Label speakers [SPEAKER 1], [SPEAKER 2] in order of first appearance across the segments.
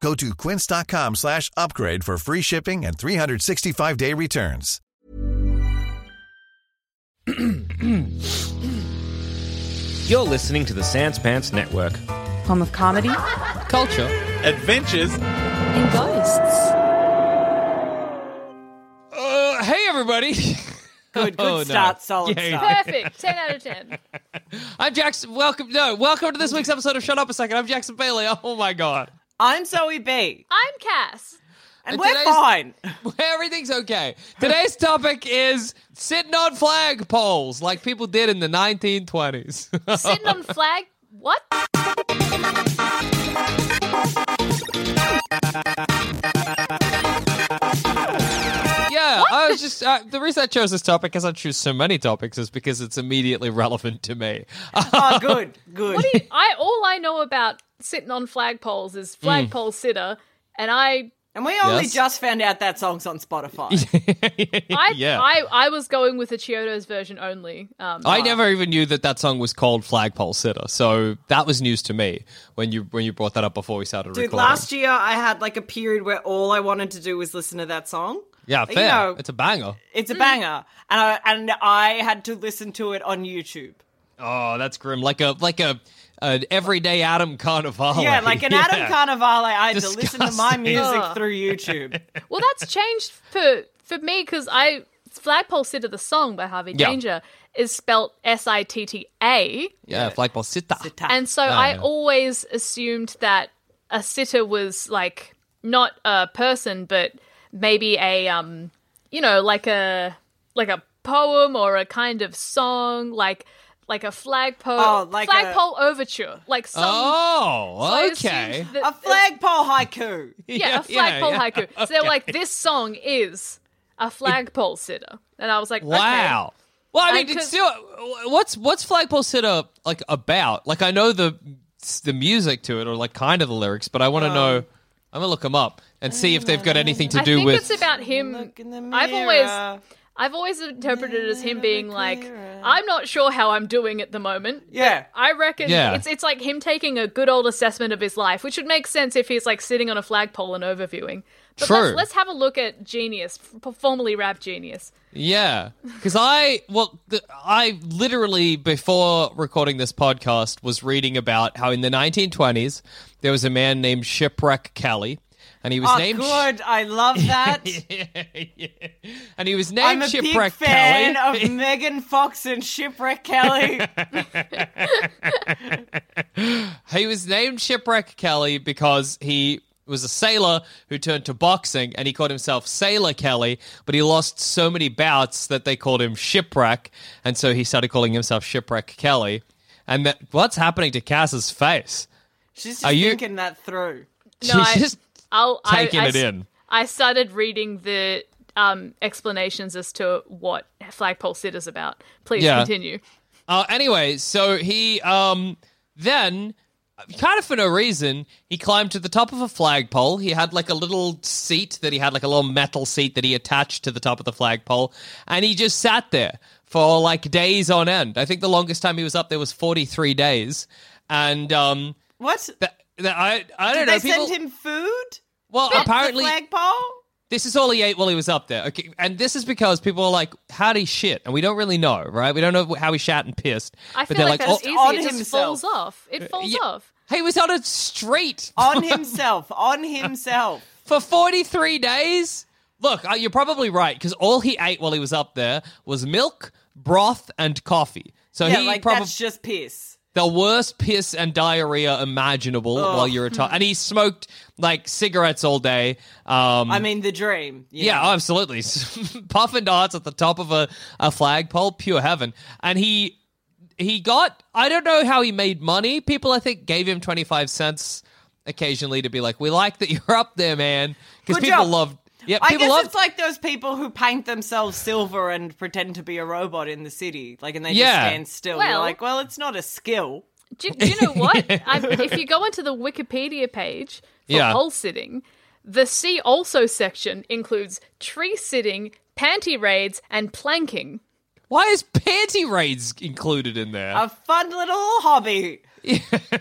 [SPEAKER 1] Go to quince.com slash upgrade for free shipping and 365-day returns.
[SPEAKER 2] You're listening to the Sans Pants Network.
[SPEAKER 3] Home of comedy.
[SPEAKER 2] Culture. Adventures.
[SPEAKER 3] And ghosts.
[SPEAKER 2] Uh, hey, everybody.
[SPEAKER 3] Good, good
[SPEAKER 2] Oh, no.
[SPEAKER 3] start, solid
[SPEAKER 2] Yeah,
[SPEAKER 3] start.
[SPEAKER 4] Perfect. 10 out of 10.
[SPEAKER 2] I'm Jackson. Welcome. No, welcome to this week's episode of Shut Up a Second. I'm Jackson Bailey. Oh, my God.
[SPEAKER 3] I'm Zoe B.
[SPEAKER 4] I'm Cass.
[SPEAKER 3] And
[SPEAKER 2] And
[SPEAKER 3] we're
[SPEAKER 2] today's-
[SPEAKER 3] fine.
[SPEAKER 2] Everything's okay. Today's topic is sitting on flag poles like people did in the 1920s.
[SPEAKER 4] Sitting on flag. What?
[SPEAKER 2] yeah, I was just. Uh, the reason I chose this topic, as I choose so many topics, is because it's immediately relevant to me.
[SPEAKER 3] Oh, good, good.
[SPEAKER 4] What do you, I all I know about sitting on flagpoles is
[SPEAKER 2] Hmm.
[SPEAKER 4] flagpole sitter, and I
[SPEAKER 3] and we only
[SPEAKER 2] Yes.
[SPEAKER 3] just found out that song's on Spotify.
[SPEAKER 4] I,
[SPEAKER 2] Yeah.
[SPEAKER 4] I I was going with the Chiodo's version only. Um,
[SPEAKER 2] I never even knew that that song was called Flagpole Sitter, so that was news to me when you when you brought that up before we started
[SPEAKER 3] Dude,
[SPEAKER 2] recording.
[SPEAKER 3] last year I had like a period where all I wanted to do was listen to that song.
[SPEAKER 2] yeah,
[SPEAKER 3] you
[SPEAKER 2] fair.
[SPEAKER 3] know-
[SPEAKER 2] it's a banger.
[SPEAKER 3] It's a banger, and I and I had to listen to it on YouTube.
[SPEAKER 2] Oh, that's grim. Like a like a an everyday Adam Carnivale.
[SPEAKER 3] yeah, like an Adam Carnivale, I had to listen to my
[SPEAKER 2] Oh, Disgusting.
[SPEAKER 3] music
[SPEAKER 4] Ugh.
[SPEAKER 3] through YouTube.
[SPEAKER 4] Well, that's changed for for me because I flagpole sitter the song by Harvey
[SPEAKER 2] Yeah.
[SPEAKER 4] Danger is spelt S I T T A,
[SPEAKER 2] Yeah, Flagpole Sitter.
[SPEAKER 4] and so
[SPEAKER 2] Ah,
[SPEAKER 4] I
[SPEAKER 2] yeah.
[SPEAKER 4] always assumed that a sitter was like not a person, but maybe a um, you know, like a like a poem or a kind of song, like like a flagpole,
[SPEAKER 3] Oh, like a-
[SPEAKER 4] flagpole overture, like some. I
[SPEAKER 2] Oh, okay.
[SPEAKER 4] assumed that-
[SPEAKER 3] a flagpole haiku.
[SPEAKER 4] yeah, a flagpole haiku. So they were like, this song is a flagpole sitter, and I was like,
[SPEAKER 2] Wow. Well, I
[SPEAKER 4] I
[SPEAKER 2] mean,
[SPEAKER 4] could-
[SPEAKER 2] it's still what's what's Flagpole Sitter like about? Like, I know the the music to it, or like kind of the lyrics, but I want to
[SPEAKER 3] Oh.
[SPEAKER 2] know. I'm gonna look them up and see if they've got anything to
[SPEAKER 4] Okay. I
[SPEAKER 2] do
[SPEAKER 4] think
[SPEAKER 2] with.
[SPEAKER 4] it's about him.
[SPEAKER 3] Look in the
[SPEAKER 4] I've always.
[SPEAKER 3] mirror.
[SPEAKER 4] I've always interpreted it as him being like, I'm not sure how I'm doing at the moment.
[SPEAKER 3] Yeah.
[SPEAKER 4] I reckon
[SPEAKER 2] Yeah.
[SPEAKER 4] it's it's like him taking a good old assessment of his life, which would make sense if he's like sitting on a flagpole and overviewing. But
[SPEAKER 2] True.
[SPEAKER 4] Let's, let's have a look at Genius, f- formerly Rap Genius.
[SPEAKER 2] Yeah, because I well, th- I literally before recording this podcast was reading about how in the 1920s there was a man named Shipwreck Kelly, and he was
[SPEAKER 3] Oh,
[SPEAKER 2] named
[SPEAKER 3] good. I love that.
[SPEAKER 2] and he was
[SPEAKER 3] I'm
[SPEAKER 2] named
[SPEAKER 3] a
[SPEAKER 2] Shipwreck
[SPEAKER 3] big fan
[SPEAKER 2] Kelly.
[SPEAKER 3] of Megan Fox and Shipwreck Kelly.
[SPEAKER 2] he was named Shipwreck Kelly because he was a sailor who turned to boxing and he called himself Sailor Kelly, but he lost so many bouts that they called him Shipwreck, and so he started calling himself Shipwreck Kelly. And that, what's happening to Cass's face?
[SPEAKER 3] She's
[SPEAKER 2] Are
[SPEAKER 3] just
[SPEAKER 2] you-
[SPEAKER 3] thinking that through.
[SPEAKER 4] No, I-
[SPEAKER 2] She's just
[SPEAKER 4] I'll, I-
[SPEAKER 2] taking
[SPEAKER 4] I,
[SPEAKER 2] it
[SPEAKER 4] s-
[SPEAKER 2] in.
[SPEAKER 4] I started reading the um, explanations as to what flagpole sit is about. Please
[SPEAKER 2] Yeah.
[SPEAKER 4] continue.
[SPEAKER 2] Uh, anyway, so he um, then, kind of for no reason, he climbed to the top of a flagpole. He had like a little seat that he had, like a little metal seat that he attached to the top of the flagpole, and he just sat there for like days on end. I think the longest time he was up there was 43 days. And um,
[SPEAKER 3] What?
[SPEAKER 2] that, that, I, I don't
[SPEAKER 3] Did they
[SPEAKER 2] know. people,
[SPEAKER 3] send him food?
[SPEAKER 2] well, apparently.
[SPEAKER 3] The flagpole?
[SPEAKER 2] This is all he ate while he was up there. Okay, and this is because people are like, "How would he shit?" And we don't really know, right? We don't know how he shat and pissed.
[SPEAKER 4] I
[SPEAKER 2] but
[SPEAKER 4] feel
[SPEAKER 2] they're Uh,
[SPEAKER 4] like, that's
[SPEAKER 3] oh,
[SPEAKER 4] easy. It
[SPEAKER 3] on
[SPEAKER 4] just
[SPEAKER 3] himself.
[SPEAKER 4] falls off. It falls
[SPEAKER 2] yeah.
[SPEAKER 4] off.
[SPEAKER 2] He was on a street
[SPEAKER 3] On himself. on himself.
[SPEAKER 2] for 43 days? Look, uh, you're probably right because all he ate while he was up there was milk, broth, and coffee. So
[SPEAKER 3] yeah,
[SPEAKER 2] he
[SPEAKER 3] like
[SPEAKER 2] probably
[SPEAKER 3] that's just piss.
[SPEAKER 2] the worst piss and diarrhea imaginable while you're retired. And he smoked like cigarettes all day. Um,
[SPEAKER 3] I mean, the dream. you
[SPEAKER 2] yeah, uh,
[SPEAKER 3] know.
[SPEAKER 2] absolutely. Puffin darts at the top of a, a flagpole, pure heaven. And he he got I don't know how he made money. People I think gave him twenty five cents occasionally to be like, We like that you're up there, man. Because
[SPEAKER 3] Good
[SPEAKER 2] people
[SPEAKER 3] job.
[SPEAKER 2] loved Yeah,
[SPEAKER 3] I
[SPEAKER 2] people
[SPEAKER 3] guess
[SPEAKER 2] loved
[SPEAKER 3] it's like those people who paint themselves silver and pretend to be a robot in the city, like, and they
[SPEAKER 2] Yeah.
[SPEAKER 3] just stand still. You're
[SPEAKER 4] Well-
[SPEAKER 3] like, well, it's not a skill.
[SPEAKER 4] Do, do you know what? I, if you go onto the Wikipedia page for
[SPEAKER 2] Yeah.
[SPEAKER 4] pole sitting, the see also section includes tree sitting, panty raids, and planking.
[SPEAKER 2] Why is panty raids included in there?
[SPEAKER 3] A fun little hobby.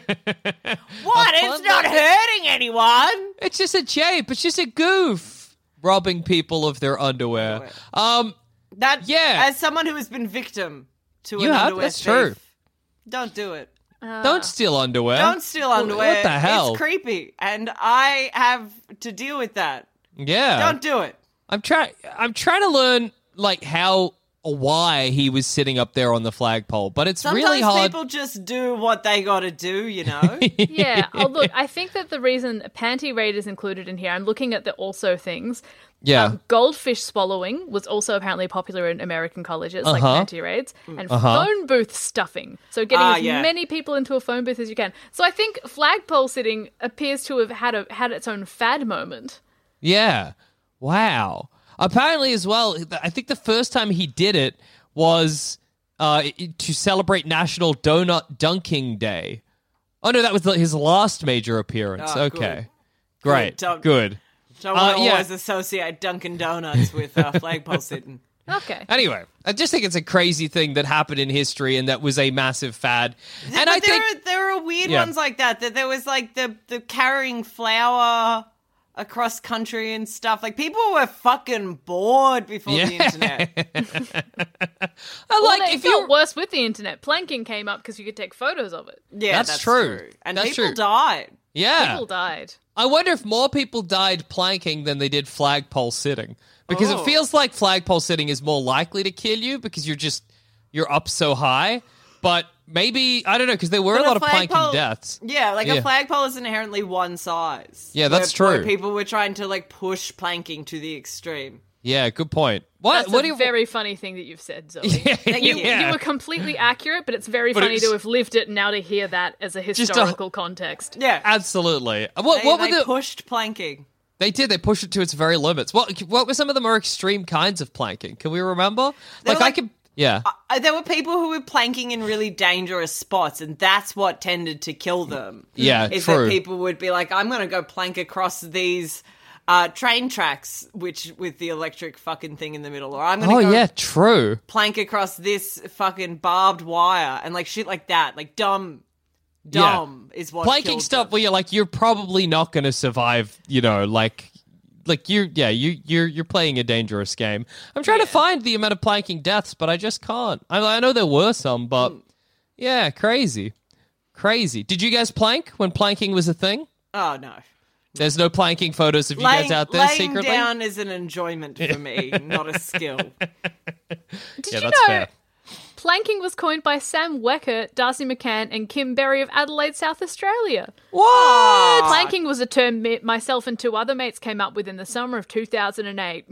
[SPEAKER 3] what?
[SPEAKER 2] A fun
[SPEAKER 3] It's not
[SPEAKER 2] little-
[SPEAKER 3] hurting anyone.
[SPEAKER 2] It's just a jape. It's just a goof robbing people of their underwear. Um,
[SPEAKER 3] That
[SPEAKER 2] Yeah.
[SPEAKER 3] As someone who has been victim to
[SPEAKER 2] You
[SPEAKER 3] an
[SPEAKER 2] have?
[SPEAKER 3] underwear
[SPEAKER 2] That's true.
[SPEAKER 3] thief, don't do it.
[SPEAKER 2] don't steal underwear.
[SPEAKER 3] Uh, Don't steal underwear.
[SPEAKER 2] What the hell?
[SPEAKER 3] It's creepy, and I have to deal with that.
[SPEAKER 2] yeah.
[SPEAKER 3] Don't do it.
[SPEAKER 2] I'm trying. I'm trying to learn like how or why he was sitting up there on the flagpole, but it's
[SPEAKER 3] Sometimes
[SPEAKER 2] really hard.
[SPEAKER 3] people just do what they got to do, you know.
[SPEAKER 4] Yeah. Oh, look, I think that the reason panty raid is included in here, I'm looking at the also things.
[SPEAKER 2] yeah,
[SPEAKER 4] Goldfish swallowing was also apparently popular in American colleges, like
[SPEAKER 2] Uh-huh.
[SPEAKER 4] panty raids, and phone booth stuffing. So getting
[SPEAKER 3] Mm. Ah,
[SPEAKER 4] as
[SPEAKER 3] yeah.
[SPEAKER 4] many people into a phone booth as you can. So I think flagpole sitting appears to have had a, had its own fad moment.
[SPEAKER 2] yeah. Wow. Apparently, as well. I think the first time he did it was uh, to celebrate National Donut Dunking Day. Oh no, that was his last major appearance.
[SPEAKER 3] Ah,
[SPEAKER 2] okay, great,
[SPEAKER 3] Don't-
[SPEAKER 2] good.
[SPEAKER 3] Don't want
[SPEAKER 2] Uh,
[SPEAKER 3] to
[SPEAKER 2] yeah.
[SPEAKER 3] always associate Dunkin' Donuts with uh, flagpole sitting.
[SPEAKER 4] Okay.
[SPEAKER 2] Anyway, I just think it's a crazy thing that happened in history, and that was a massive fad. And I
[SPEAKER 3] but there
[SPEAKER 2] think
[SPEAKER 3] are there are weird
[SPEAKER 2] Yeah.
[SPEAKER 3] ones like that. That there was like the the carrying flour across country and stuff. Like people were fucking bored before the
[SPEAKER 2] Yeah.
[SPEAKER 3] internet.
[SPEAKER 2] I
[SPEAKER 4] Well,
[SPEAKER 2] like
[SPEAKER 4] it
[SPEAKER 2] if
[SPEAKER 4] got
[SPEAKER 2] you
[SPEAKER 4] worse with the internet. Planking came up because you could take photos of it.
[SPEAKER 3] Yeah,
[SPEAKER 2] That's
[SPEAKER 3] that's,
[SPEAKER 2] true.
[SPEAKER 3] And
[SPEAKER 2] That's
[SPEAKER 3] people
[SPEAKER 2] true.
[SPEAKER 3] died.
[SPEAKER 2] yeah
[SPEAKER 4] People died.
[SPEAKER 2] I wonder if more people died planking than they did flagpole sitting. Because it
[SPEAKER 3] Oh.
[SPEAKER 2] feels like flagpole sitting is more likely to kill you because you're just you're up so high. But maybe I don't know because there were
[SPEAKER 3] But
[SPEAKER 2] a lot of
[SPEAKER 3] flagpole-
[SPEAKER 2] planking deaths.
[SPEAKER 3] Yeah, like
[SPEAKER 2] Yeah.
[SPEAKER 3] a flagpole is inherently one size.
[SPEAKER 2] Yeah, that's
[SPEAKER 3] Where- where
[SPEAKER 2] true.
[SPEAKER 3] people were trying to like push planking to the extreme.
[SPEAKER 2] Yeah, good point. What?
[SPEAKER 4] That's
[SPEAKER 2] what
[SPEAKER 4] a
[SPEAKER 2] do you?
[SPEAKER 4] very funny thing that you've said, Zoe.
[SPEAKER 3] you.
[SPEAKER 2] Yeah.
[SPEAKER 4] You were completely accurate, but it's very
[SPEAKER 2] But
[SPEAKER 4] funny
[SPEAKER 2] it's-
[SPEAKER 4] to have lived it now to hear that as a
[SPEAKER 2] Just a-
[SPEAKER 4] historical context.
[SPEAKER 3] Yeah,
[SPEAKER 2] Absolutely. What?
[SPEAKER 3] they,
[SPEAKER 2] what were
[SPEAKER 3] they
[SPEAKER 2] the?
[SPEAKER 3] pushed planking.
[SPEAKER 2] they did. They pushed it to its very limits. What? What were some of the more extreme kinds of planking? Can we remember?
[SPEAKER 3] They
[SPEAKER 2] Like,
[SPEAKER 3] were
[SPEAKER 2] I
[SPEAKER 3] like-
[SPEAKER 2] can. Yeah.
[SPEAKER 3] Uh, There were people who were planking in really dangerous spots, and that's what tended to kill them.
[SPEAKER 2] Yeah,
[SPEAKER 3] is
[SPEAKER 2] true.
[SPEAKER 3] that people would be like, "I'm going to go plank across these uh, train tracks, which with the electric fucking thing in the middle, or I'm going
[SPEAKER 2] Oh
[SPEAKER 3] to go
[SPEAKER 2] yeah, true.
[SPEAKER 3] plank across this fucking barbed wire, and like shit like that, like dumb,
[SPEAKER 2] Yeah.
[SPEAKER 3] dumb is what
[SPEAKER 2] planking
[SPEAKER 3] killed
[SPEAKER 2] stuff
[SPEAKER 3] them.
[SPEAKER 2] where you're like you're probably not going to survive you know like like you yeah you you're you're playing a dangerous game i'm trying to find the amount of planking deaths but i just can't i, I know there were some
[SPEAKER 3] Hmm.
[SPEAKER 2] but yeah crazy crazy did you guys plank when planking was a thing
[SPEAKER 3] Oh no.
[SPEAKER 2] there's no planking photos of you
[SPEAKER 3] Laying,
[SPEAKER 2] guys out there
[SPEAKER 3] laying
[SPEAKER 2] secretly
[SPEAKER 3] down is an enjoyment for me, not a skill.
[SPEAKER 4] Did
[SPEAKER 2] yeah
[SPEAKER 4] you
[SPEAKER 2] that's
[SPEAKER 4] know
[SPEAKER 2] fair
[SPEAKER 4] planking was coined by Sam Wecker, Darcy McCann, and Kim Berry of Adelaide, South Australia?
[SPEAKER 2] what
[SPEAKER 3] Ah,
[SPEAKER 4] Planking was a term me- myself and two other mates came up with in the summer of 2008.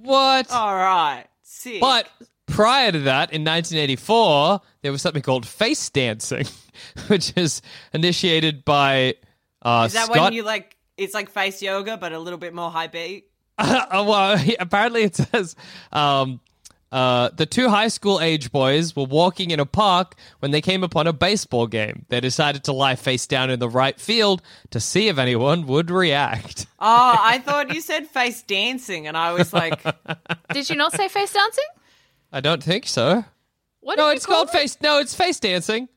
[SPEAKER 2] what
[SPEAKER 3] All right, sick.
[SPEAKER 2] But prior to that, in 1984, there was something called face dancing, which is initiated by uh,
[SPEAKER 3] Is that
[SPEAKER 2] Scott.
[SPEAKER 3] when you like it's like face yoga but a little bit more high beat?
[SPEAKER 2] Uh, well, apparently it says um, uh, the two high school age boys were walking in a park when they came upon a baseball game. They decided to lie face down in the right field to see if anyone would react.
[SPEAKER 3] Oh, I thought you said face dancing and I was like
[SPEAKER 4] Did you not say face dancing?
[SPEAKER 2] I don't think so.
[SPEAKER 4] What
[SPEAKER 2] No,
[SPEAKER 4] did you
[SPEAKER 2] it's
[SPEAKER 4] call
[SPEAKER 2] called
[SPEAKER 4] it?
[SPEAKER 2] face. No, it's face dancing.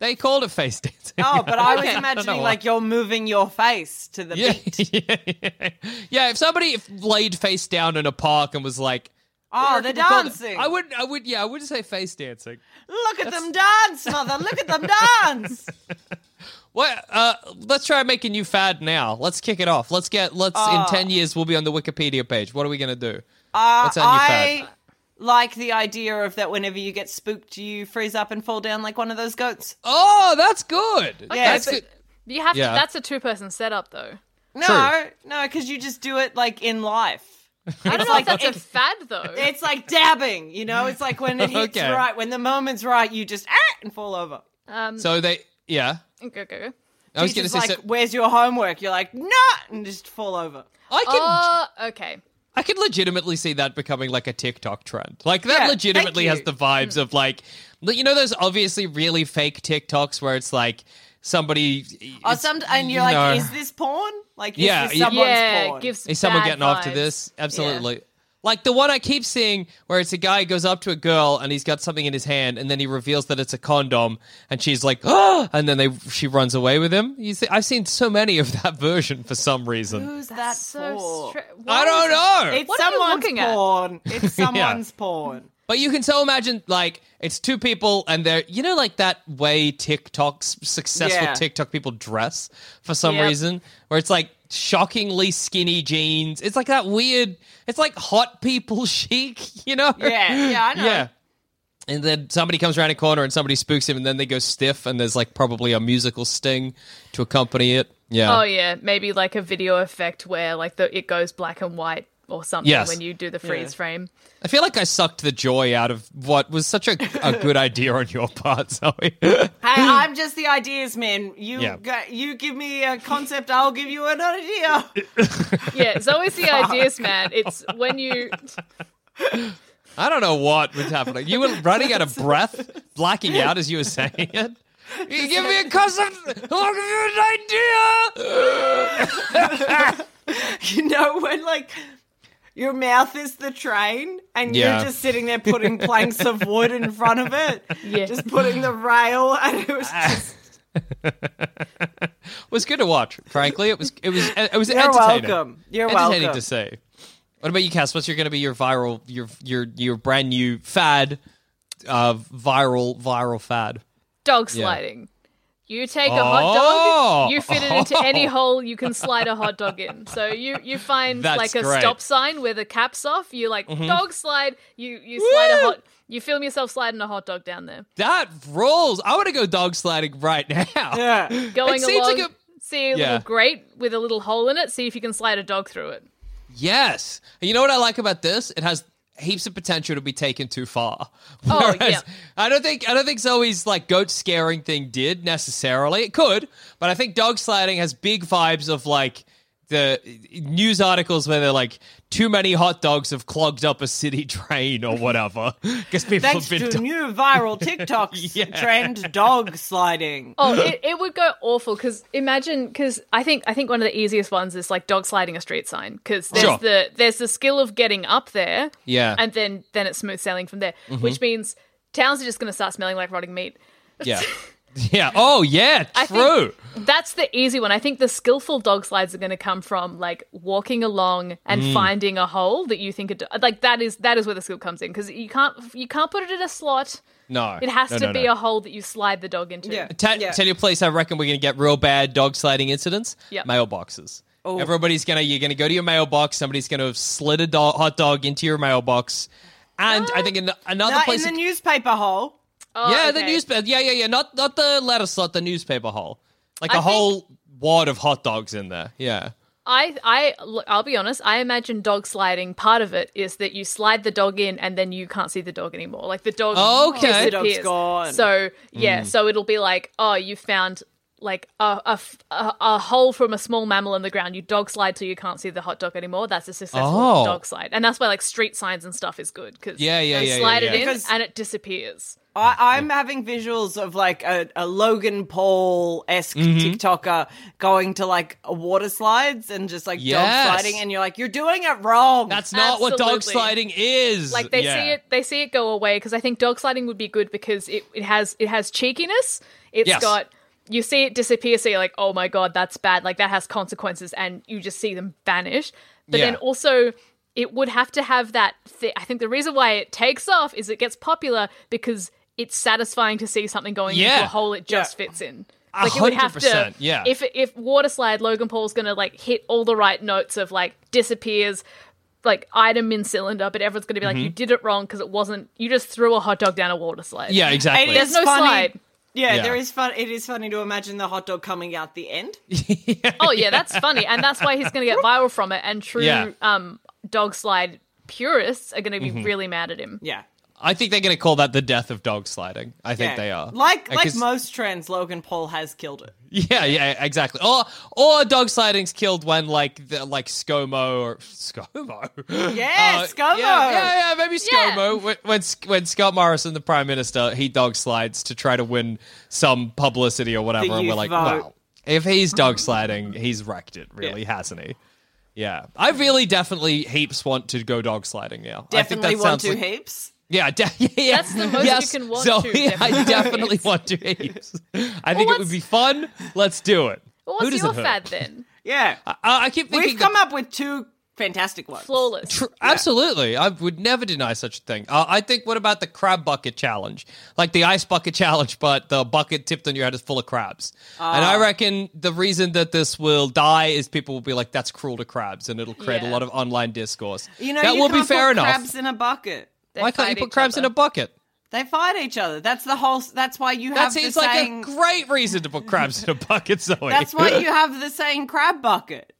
[SPEAKER 2] They called it face dancing.
[SPEAKER 3] Oh, but I was
[SPEAKER 2] don't know
[SPEAKER 3] imagining
[SPEAKER 2] why.
[SPEAKER 3] like you're moving your face to the
[SPEAKER 2] yeah,
[SPEAKER 3] beat.
[SPEAKER 2] yeah, yeah. Yeah, if somebody if laid face down in a park and was like,
[SPEAKER 3] Oh, the
[SPEAKER 2] "We're gonna call it-"
[SPEAKER 3] dancing.
[SPEAKER 2] I would, I would, yeah, I wouldn't say face dancing.
[SPEAKER 3] Look at them dance, mother. Look at them dance.
[SPEAKER 2] What? Uh, let's try making you fad now. Let's kick it off. Let's get. Let's
[SPEAKER 3] Uh,
[SPEAKER 2] in ten years we'll be on the Wikipedia page. What are we gonna do? Uh, What's our new fad?
[SPEAKER 3] I like the idea of that whenever you get spooked, you freeze up and fall down like one of those goats.
[SPEAKER 2] Oh, that's good.
[SPEAKER 3] Yeah,
[SPEAKER 2] that's
[SPEAKER 3] but-
[SPEAKER 2] good.
[SPEAKER 4] You have
[SPEAKER 2] Yeah.
[SPEAKER 4] to. That's a two-person setup, though.
[SPEAKER 3] No, no, because you just do it like in life.
[SPEAKER 4] I don't know if that's a fad, though.
[SPEAKER 3] It's like dabbing, you know? It's like when it hits
[SPEAKER 2] Okay.
[SPEAKER 3] right, when the moment's right, you just ah, and fall over. um,
[SPEAKER 2] So they, yeah.
[SPEAKER 4] Go go go.
[SPEAKER 2] I was gonna
[SPEAKER 3] Teacher's
[SPEAKER 2] say,
[SPEAKER 3] like,
[SPEAKER 2] so
[SPEAKER 3] where's your homework? You're like, no, and just fall over.
[SPEAKER 2] I can,
[SPEAKER 3] uh,
[SPEAKER 4] Oh, okay.
[SPEAKER 2] I can legitimately see that becoming like a TikTok trend. Like that
[SPEAKER 3] Yeah,
[SPEAKER 2] legitimately
[SPEAKER 3] thank
[SPEAKER 2] has
[SPEAKER 3] you.
[SPEAKER 2] the vibes of like, you know, those obviously really fake TikToks where it's like somebody,
[SPEAKER 3] Or
[SPEAKER 2] it's-
[SPEAKER 3] some, and you're
[SPEAKER 2] you know,
[SPEAKER 3] like, is this porn? Like, is
[SPEAKER 2] Yeah,
[SPEAKER 3] this
[SPEAKER 2] you-
[SPEAKER 3] someone's
[SPEAKER 4] yeah,
[SPEAKER 3] porn?
[SPEAKER 4] gives.
[SPEAKER 2] Is someone
[SPEAKER 4] bad
[SPEAKER 2] getting off to
[SPEAKER 4] vibes.
[SPEAKER 2] this?
[SPEAKER 4] Yeah.
[SPEAKER 2] Absolutely. Like the one I keep seeing where it's a guy goes up to a girl and he's got something in his hand and then he reveals that it's a condom and she's like, oh, and then they she runs away with him. You see, I've seen so many of that version for some reason.
[SPEAKER 3] Who's that
[SPEAKER 4] That's so.
[SPEAKER 3] for?
[SPEAKER 4] Stra-
[SPEAKER 2] I don't know.
[SPEAKER 3] It's
[SPEAKER 4] What are you
[SPEAKER 3] someone's
[SPEAKER 4] looking at?
[SPEAKER 3] porn. It's someone's porn.
[SPEAKER 2] But you can so imagine like it's two people and they're you know like that way TikToks successful
[SPEAKER 3] Yeah.
[SPEAKER 2] TikTok people dress for some
[SPEAKER 4] Yep.
[SPEAKER 2] reason where it's like shockingly skinny jeans. It's like that weird. It's like hot people chic, you know?
[SPEAKER 3] Yeah, yeah, I know.
[SPEAKER 2] Yeah. And then somebody comes around a corner and somebody spooks him and then they go stiff and there's like probably a musical sting to accompany it. Yeah.
[SPEAKER 4] Oh yeah, maybe like a video effect where like the it goes black and white or something
[SPEAKER 2] Yes.
[SPEAKER 4] when you do the freeze frame.
[SPEAKER 2] I feel like I sucked the joy out of what was such a, a good idea on your part, Zoe.
[SPEAKER 3] Hey, I'm just the ideas man. You
[SPEAKER 2] Yeah.
[SPEAKER 3] go, you give me a concept, I'll give you an idea.
[SPEAKER 4] Yeah, Zoe's the ideas man. It's when you
[SPEAKER 2] I don't know what was happening. You were running out of breath, blacking out as you were saying it. You give me a concept. I'll give you an idea.
[SPEAKER 3] You know when like your mouth is the train and
[SPEAKER 2] Yeah.
[SPEAKER 3] you're just sitting there putting planks of wood in front of it.
[SPEAKER 4] Yeah.
[SPEAKER 3] Just putting the rail and it was
[SPEAKER 2] Ah,
[SPEAKER 3] just
[SPEAKER 2] It was good to watch. Frankly, it was. It was. It was
[SPEAKER 3] You're
[SPEAKER 2] entertaining.
[SPEAKER 3] welcome. You're
[SPEAKER 2] entertaining
[SPEAKER 3] welcome.
[SPEAKER 2] to see. What about you, Cass? What's your going to be your viral, your your your brand new fad, uh, viral viral fad?
[SPEAKER 4] dog sliding. You take a hot
[SPEAKER 2] Oh.
[SPEAKER 4] dog, you fit it into any hole you can slide a hot dog in. So you you find
[SPEAKER 2] That's
[SPEAKER 4] like a
[SPEAKER 2] great. Mm-hmm.
[SPEAKER 4] stop sign where the cap's off. You like dog slide. You you slide
[SPEAKER 2] Woo!
[SPEAKER 4] a hot. You film yourself sliding a hot dog down there,
[SPEAKER 2] That rules. I want to go dog sliding right now.
[SPEAKER 3] yeah.
[SPEAKER 4] going
[SPEAKER 2] It seems
[SPEAKER 4] along.
[SPEAKER 2] like a-
[SPEAKER 4] See a
[SPEAKER 2] Yeah.
[SPEAKER 4] little grate with a little hole in it. See if you can slide a dog through it.
[SPEAKER 2] Yes. And you know what I like about this? It has heaps of potential to be taken too far.
[SPEAKER 4] Oh, yeah.
[SPEAKER 2] I don't think I don't think Zoe's like goat scaring thing did necessarily. It could, but I think dog sliding has big vibes of like the news articles where they're like too many hot dogs have clogged up a city train or whatever because people
[SPEAKER 3] Thanks
[SPEAKER 2] have been
[SPEAKER 3] to new viral TikTok
[SPEAKER 2] Yeah.
[SPEAKER 3] trend dog sliding.
[SPEAKER 4] Oh, it, it would go awful because imagine because I think I think one of the easiest ones is like dog sliding a street sign because there's
[SPEAKER 2] Sure.
[SPEAKER 4] the there's the skill of getting up there,
[SPEAKER 2] Yeah. Mm-hmm.
[SPEAKER 4] and then then it's smooth sailing from there, which means towns are just going to start smelling like rotting meat.
[SPEAKER 2] yeah. Yeah. Oh yeah. True.
[SPEAKER 4] I think That's the easy one. I think the skillful dog slides are going to come from like walking along and
[SPEAKER 2] Mm.
[SPEAKER 4] finding a hole that you think a do- like that is that is where the skill comes in because you can't you can't put it in a slot.
[SPEAKER 2] no.
[SPEAKER 4] It has
[SPEAKER 2] No,
[SPEAKER 4] to
[SPEAKER 2] no,
[SPEAKER 4] be
[SPEAKER 2] no.
[SPEAKER 4] a hole that you slide the dog into.
[SPEAKER 3] Yeah.
[SPEAKER 2] Te-
[SPEAKER 3] Yeah.
[SPEAKER 2] Tell your place, I reckon we're going to get real bad dog sliding incidents.
[SPEAKER 4] Yep.
[SPEAKER 2] Mailboxes.
[SPEAKER 4] Oh.
[SPEAKER 2] Everybody's going to, you're going to go to your mailbox, somebody's going to have slid a do- hot dog into your mailbox. And I think an- another
[SPEAKER 3] Not in
[SPEAKER 2] place.
[SPEAKER 3] the newspaper hole.
[SPEAKER 4] Oh,
[SPEAKER 2] yeah, the
[SPEAKER 4] okay.
[SPEAKER 2] newspaper. Yeah, yeah, yeah. Not not the letter slot, the newspaper hole. Like a
[SPEAKER 4] I think-
[SPEAKER 2] whole wad of hot dogs in there. Yeah.
[SPEAKER 4] I, I, look, I'll be honest. I imagine dog sliding. Part of it is that you slide the dog in, and then you can't see the dog anymore. Like the dog
[SPEAKER 2] Oh, Okay. Mm.
[SPEAKER 4] disappears.
[SPEAKER 3] The dog's gone.
[SPEAKER 4] So yeah, so it'll be like, oh, you found like a, a f- a- a hole from a small mammal in the ground. You dog slide till you can't see the hot dog anymore. That's a successful
[SPEAKER 2] Oh.
[SPEAKER 4] dog slide, and that's why like street signs and stuff is good because
[SPEAKER 2] Yeah, yeah, yeah, yeah,
[SPEAKER 4] slide
[SPEAKER 2] yeah.
[SPEAKER 4] it in
[SPEAKER 3] Because-
[SPEAKER 4] and it disappears.
[SPEAKER 3] I, I'm having visuals of like a, a Logan Paul esque
[SPEAKER 2] Mm-hmm.
[SPEAKER 3] TikToker going to like a water slides and just like
[SPEAKER 2] Yes.
[SPEAKER 3] dog sliding, and you're like, you're doing it wrong.
[SPEAKER 2] That's not what dog
[SPEAKER 4] Absolutely.
[SPEAKER 2] sliding is.
[SPEAKER 4] Like they
[SPEAKER 2] Yeah.
[SPEAKER 4] see it, they see it go away because I think dog sliding would be good because it, it has it has cheekiness. It's
[SPEAKER 2] Yes.
[SPEAKER 4] got you see it disappear, so you're like, oh my god, that's bad. Like that has consequences, and you just see them vanish. But then
[SPEAKER 2] Yeah.
[SPEAKER 4] also. It would have to have that. Thi- I think the reason why it takes off is it gets popular because it's satisfying to see something going
[SPEAKER 2] Yeah.
[SPEAKER 4] into a hole it just fits in. Like it would have to,
[SPEAKER 2] 100%, yeah.
[SPEAKER 4] If if water slide, Logan Paul's gonna like hit all the right notes of like disappears, like item in cylinder, but everyone's gonna be like,
[SPEAKER 2] Mm-hmm.
[SPEAKER 4] you did it wrong because it wasn't. You just threw a hot dog down a water slide.
[SPEAKER 2] Yeah, exactly.
[SPEAKER 4] There's
[SPEAKER 3] It's
[SPEAKER 4] no
[SPEAKER 3] funny.
[SPEAKER 4] slide.
[SPEAKER 3] Yeah,
[SPEAKER 2] Yeah.
[SPEAKER 3] there is fun. It is funny to imagine the hot dog coming out the end.
[SPEAKER 4] Oh yeah, that's funny, and that's why he's gonna get viral from it. And true
[SPEAKER 2] Yeah. Mm-hmm.
[SPEAKER 4] um, dog slide purists are gonna be really mad at him.
[SPEAKER 3] Yeah,
[SPEAKER 2] I think they're going to call that the death of dog sliding. I think
[SPEAKER 3] yeah.
[SPEAKER 2] they are.
[SPEAKER 3] Like
[SPEAKER 2] Uh,
[SPEAKER 3] like
[SPEAKER 2] 'cause- Uh,
[SPEAKER 3] most trends, Logan Paul has killed it.
[SPEAKER 2] Yeah, yeah, exactly. Or or dog sliding's killed when like the, like ScoMo or ScoMo.
[SPEAKER 3] Yeah,
[SPEAKER 2] Uh,
[SPEAKER 3] ScoMo.
[SPEAKER 2] Yeah, yeah, yeah, maybe
[SPEAKER 4] Yeah.
[SPEAKER 2] ScoMo. When, when Sc- when Scott Morrison, the prime minister, he dog slides to try to win some publicity or whatever, and we're
[SPEAKER 3] youth
[SPEAKER 2] like,
[SPEAKER 3] vote.
[SPEAKER 2] wow, if he's dog sliding, he's wrecked it, really, hasn't he? Yeah, I really definitely heaps want to go dog sliding now. I
[SPEAKER 3] Definitely
[SPEAKER 2] think that
[SPEAKER 3] want
[SPEAKER 2] sounds
[SPEAKER 3] to
[SPEAKER 2] like-
[SPEAKER 3] heaps.
[SPEAKER 2] yeah, de- yeah, yeah.
[SPEAKER 4] That's the most you
[SPEAKER 2] yes,
[SPEAKER 4] can want
[SPEAKER 2] Zoe,
[SPEAKER 4] to,
[SPEAKER 2] I
[SPEAKER 4] definitely.
[SPEAKER 2] definitely want to heaps. I think it would
[SPEAKER 4] what's-
[SPEAKER 2] be fun. Let's do it.
[SPEAKER 4] Well,
[SPEAKER 2] Who
[SPEAKER 4] what's
[SPEAKER 2] does
[SPEAKER 4] your
[SPEAKER 2] it hurt? Uh,
[SPEAKER 4] fad then?
[SPEAKER 3] Yeah,
[SPEAKER 2] I, I keep thinking
[SPEAKER 3] we've come up with two fantastic ones.
[SPEAKER 4] Flawless.
[SPEAKER 2] Tr- Absolutely, I would never deny such a thing. Uh, I think. What about the crab bucket challenge, like the ice bucket challenge, but the bucket tipped on your head is full of crabs? and
[SPEAKER 4] Ah.
[SPEAKER 2] I reckon the reason that this will die is people will be like, "That's cruel to crabs," and it'll create a
[SPEAKER 4] Yeah.
[SPEAKER 2] lot of online discourse.
[SPEAKER 3] You know,
[SPEAKER 2] that
[SPEAKER 3] you
[SPEAKER 2] will
[SPEAKER 3] can't
[SPEAKER 2] be fair
[SPEAKER 3] put
[SPEAKER 2] enough.
[SPEAKER 3] Crabs in a bucket.
[SPEAKER 4] They
[SPEAKER 2] Why can't you
[SPEAKER 4] fight
[SPEAKER 2] put
[SPEAKER 4] each
[SPEAKER 2] crabs in a
[SPEAKER 4] other.
[SPEAKER 2] bucket?
[SPEAKER 3] They fight each other. That's the whole. That's why you
[SPEAKER 2] That
[SPEAKER 3] have
[SPEAKER 2] seems
[SPEAKER 3] the
[SPEAKER 2] like
[SPEAKER 3] saying.
[SPEAKER 2] a great reason to put crabs in a bucket, Zoe.
[SPEAKER 3] that's why you have the saying crab bucket.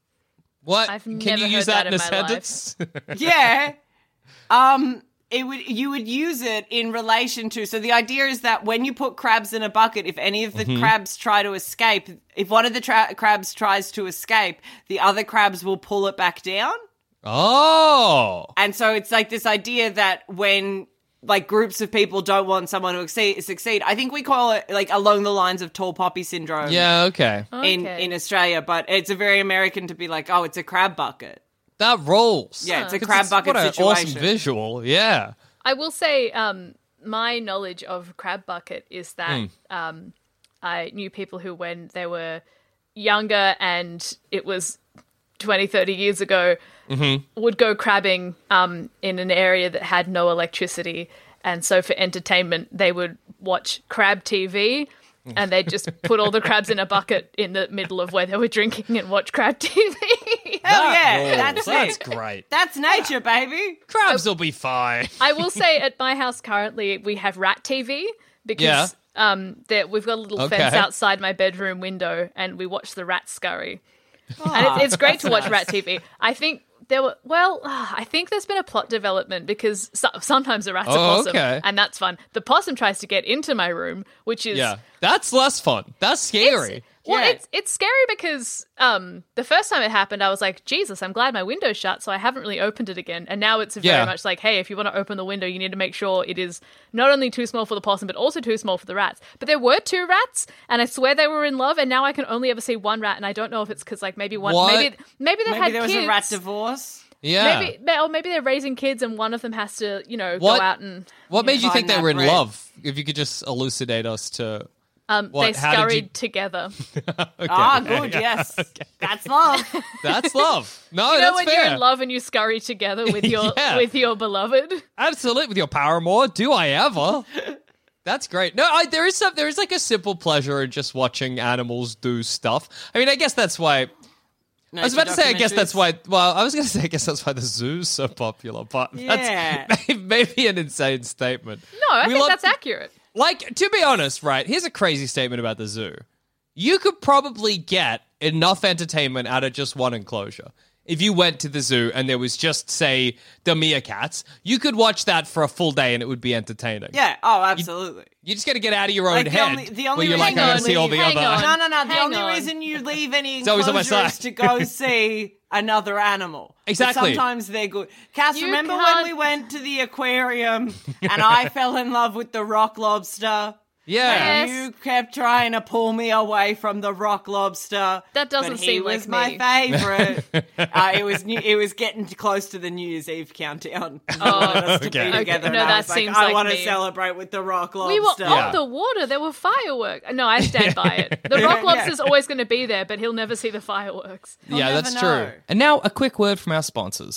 [SPEAKER 2] What?
[SPEAKER 4] I've
[SPEAKER 2] Can
[SPEAKER 4] never
[SPEAKER 2] you use
[SPEAKER 4] heard
[SPEAKER 2] that,
[SPEAKER 4] that
[SPEAKER 2] in a
[SPEAKER 4] in my life.
[SPEAKER 2] sentence?
[SPEAKER 3] yeah. Um it would you would use it in relation to so the idea is that when you put crabs in a bucket if any of the
[SPEAKER 2] Mm-hmm.
[SPEAKER 3] crabs try to escape if one of the tra- crabs tries to escape the other crabs will pull it back down
[SPEAKER 2] oh.
[SPEAKER 3] and so it's like this idea that when like groups of people don't want someone to exceed, succeed i think we call it like along the lines of tall poppy syndrome
[SPEAKER 2] Yeah, okay.
[SPEAKER 3] in
[SPEAKER 4] Okay.
[SPEAKER 3] in australia but it's a very american to be like oh it's a crab bucket
[SPEAKER 2] That rolls.
[SPEAKER 3] Yeah, it's a
[SPEAKER 2] 'Cause
[SPEAKER 3] crab bucket
[SPEAKER 2] what a Awesome
[SPEAKER 3] situation.
[SPEAKER 2] visual. Yeah.
[SPEAKER 4] I will say, um, my knowledge of crab bucket is that um, I knew people who, when they were younger and it was 20, 30 years ago, would go crabbing um, in an area that had no electricity. And so, for entertainment, they would watch crab TV. And they'd just put all the crabs in a bucket in the middle of where they were drinking and watch crab TV.
[SPEAKER 3] hell
[SPEAKER 2] That
[SPEAKER 3] yeah
[SPEAKER 2] rolls.
[SPEAKER 3] that's
[SPEAKER 2] That's
[SPEAKER 3] it
[SPEAKER 2] great.
[SPEAKER 3] that's nature baby
[SPEAKER 2] Crabs will be fine.
[SPEAKER 4] I will say at my house currently we have rat TV because
[SPEAKER 2] Yeah.
[SPEAKER 4] um that we've got a little
[SPEAKER 2] Okay.
[SPEAKER 4] fence outside my bedroom window and we watch the rats scurry. and it's, it's great to watch rat TV. I think there were well, ah, I think there's been a plot development because so, sometimes the rats
[SPEAKER 2] Oh,
[SPEAKER 4] are possum
[SPEAKER 2] okay.
[SPEAKER 4] and that's fun. The possum tries to get into my room, which is
[SPEAKER 2] Yeah. That's less fun. That's scary.
[SPEAKER 4] well,
[SPEAKER 3] Yeah.
[SPEAKER 4] it's it's scary because um, the first time it happened, I was like, Jesus, I'm glad my window's shut, so I haven't really opened it again. And now it's very
[SPEAKER 2] Yeah.
[SPEAKER 4] much like, hey, if you want to open the window, you need to make sure it is not only too small for the possum, but also too small for the rats. But there were two rats, and I swear they were in love. And now I can only ever see one rat, and I don't know if it's because like maybe one,
[SPEAKER 2] What?
[SPEAKER 4] maybe maybe they
[SPEAKER 3] Maybe
[SPEAKER 4] had
[SPEAKER 3] there was
[SPEAKER 4] kids.
[SPEAKER 3] a rat divorce.
[SPEAKER 2] Yeah.
[SPEAKER 4] Maybe, may- or maybe they're raising kids, and one of them has to, you know,
[SPEAKER 2] What?
[SPEAKER 4] go out and
[SPEAKER 2] what made you
[SPEAKER 3] find
[SPEAKER 2] think they
[SPEAKER 3] that
[SPEAKER 2] were in
[SPEAKER 3] bread.
[SPEAKER 2] love? If you could just elucidate us to.
[SPEAKER 4] um,
[SPEAKER 2] What?
[SPEAKER 4] they
[SPEAKER 2] How did you-
[SPEAKER 4] scurried together.
[SPEAKER 3] Ah, good. Yes, that's love.
[SPEAKER 2] That's love. No,
[SPEAKER 4] you know
[SPEAKER 2] that's
[SPEAKER 4] when
[SPEAKER 2] fair.
[SPEAKER 4] you're in love and you scurry together with your
[SPEAKER 2] Yeah.
[SPEAKER 4] with your beloved.
[SPEAKER 2] Absolutely, with your paramour. Do I ever? That's great. No, I, there is some. There is like a simple pleasure in just watching animals do stuff. I mean, I guess that's why. I was about to say, I guess that's why. Well, I was going to say, I guess that's why the zoo's so popular. But that's maybe, maybe an insane statement.
[SPEAKER 4] No, I
[SPEAKER 2] We
[SPEAKER 4] think
[SPEAKER 2] love-
[SPEAKER 4] that's accurate.
[SPEAKER 2] Like to be honest, right? Here's a crazy statement about the zoo. You could probably get enough entertainment out of just one enclosure. If you went to the zoo and there was just, say, the meerkats, you could watch that for a full day and it would be entertaining.
[SPEAKER 3] Yeah. Oh, absolutely.
[SPEAKER 2] You just got to get out of your own
[SPEAKER 3] Like, the
[SPEAKER 2] head.
[SPEAKER 3] only- the only
[SPEAKER 2] where you're
[SPEAKER 3] reason-
[SPEAKER 2] like, I'm going to
[SPEAKER 3] Hang
[SPEAKER 2] see all
[SPEAKER 3] on,
[SPEAKER 2] the
[SPEAKER 4] hang
[SPEAKER 2] other.
[SPEAKER 4] on.
[SPEAKER 3] No, no, no. The
[SPEAKER 4] Hang
[SPEAKER 3] only
[SPEAKER 4] on.
[SPEAKER 3] reason you leave any
[SPEAKER 2] always on my
[SPEAKER 3] enclosure is
[SPEAKER 2] side.
[SPEAKER 3] to go see another animal. But
[SPEAKER 2] Exactly.
[SPEAKER 3] sometimes they're good. Cass,
[SPEAKER 4] You
[SPEAKER 3] remember
[SPEAKER 4] can't-
[SPEAKER 3] when we went to the aquarium and I fell in love with the rock lobster?
[SPEAKER 2] Yeah.
[SPEAKER 4] Yes.
[SPEAKER 3] You kept trying to pull me away from the rock lobster.
[SPEAKER 4] That doesn't
[SPEAKER 3] but he
[SPEAKER 4] seem like
[SPEAKER 3] was my
[SPEAKER 4] me.
[SPEAKER 3] favorite. uh, it was new, it was getting close to the New Year's Eve countdown. They
[SPEAKER 4] Oh,
[SPEAKER 3] wanted us Oh, to be
[SPEAKER 2] okay.
[SPEAKER 3] together,
[SPEAKER 4] Okay.
[SPEAKER 3] and
[SPEAKER 4] No,
[SPEAKER 3] I
[SPEAKER 4] that
[SPEAKER 3] was
[SPEAKER 4] seems
[SPEAKER 3] I
[SPEAKER 4] like
[SPEAKER 3] want
[SPEAKER 4] me.
[SPEAKER 3] to celebrate with the rock lobster.
[SPEAKER 4] We were
[SPEAKER 2] Yeah.
[SPEAKER 4] on the water. There were fireworks. No, I stand by it. The rock lobster's always going to be there, but he'll never see the fireworks.
[SPEAKER 2] Yeah,
[SPEAKER 3] never
[SPEAKER 2] that's
[SPEAKER 3] know.
[SPEAKER 2] true. And now a quick word from our sponsors.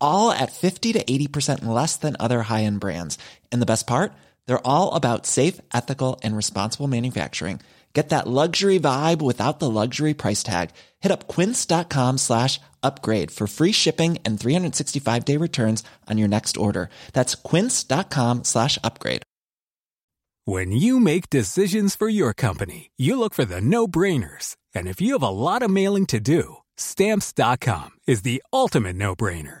[SPEAKER 5] all at 50 to 80% less than other high end brands. And the best part? They're all about safe, ethical, and responsible manufacturing. Get that luxury vibe without the luxury price tag. Hit up quince.com slash upgrade for free shipping and 365 day returns on your next order. That's quince.com slash upgrade.
[SPEAKER 6] When you make decisions for your company, you look for the no brainers. And if you have a lot of mailing to do, stamps.com is the ultimate no brainer.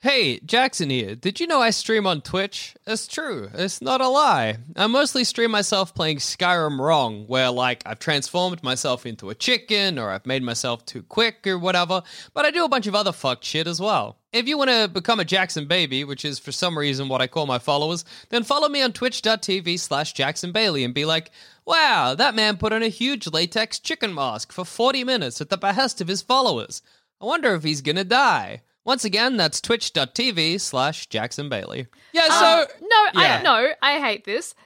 [SPEAKER 2] Hey, Jackson here. Did you know I stream on Twitch? It's true. It's not a lie. I mostly stream myself playing Skyrim wrong, where like I've transformed myself into a chicken or I've made myself too quick or whatever, but I do a bunch of other fucked shit as well. If you want to become a Jackson Baby, which is for some reason what I call my followers, then follow me on twitch.tv slash Jackson Bailey and be like, wow, that man put on a huge latex chicken mask for 40 minutes at the behest of his followers. I wonder if he's gonna die. Once again, that's twitch.tv slash Jackson Bailey.
[SPEAKER 3] Um,
[SPEAKER 2] Yeah, so
[SPEAKER 4] No,
[SPEAKER 2] Yeah.
[SPEAKER 4] I no, I hate this.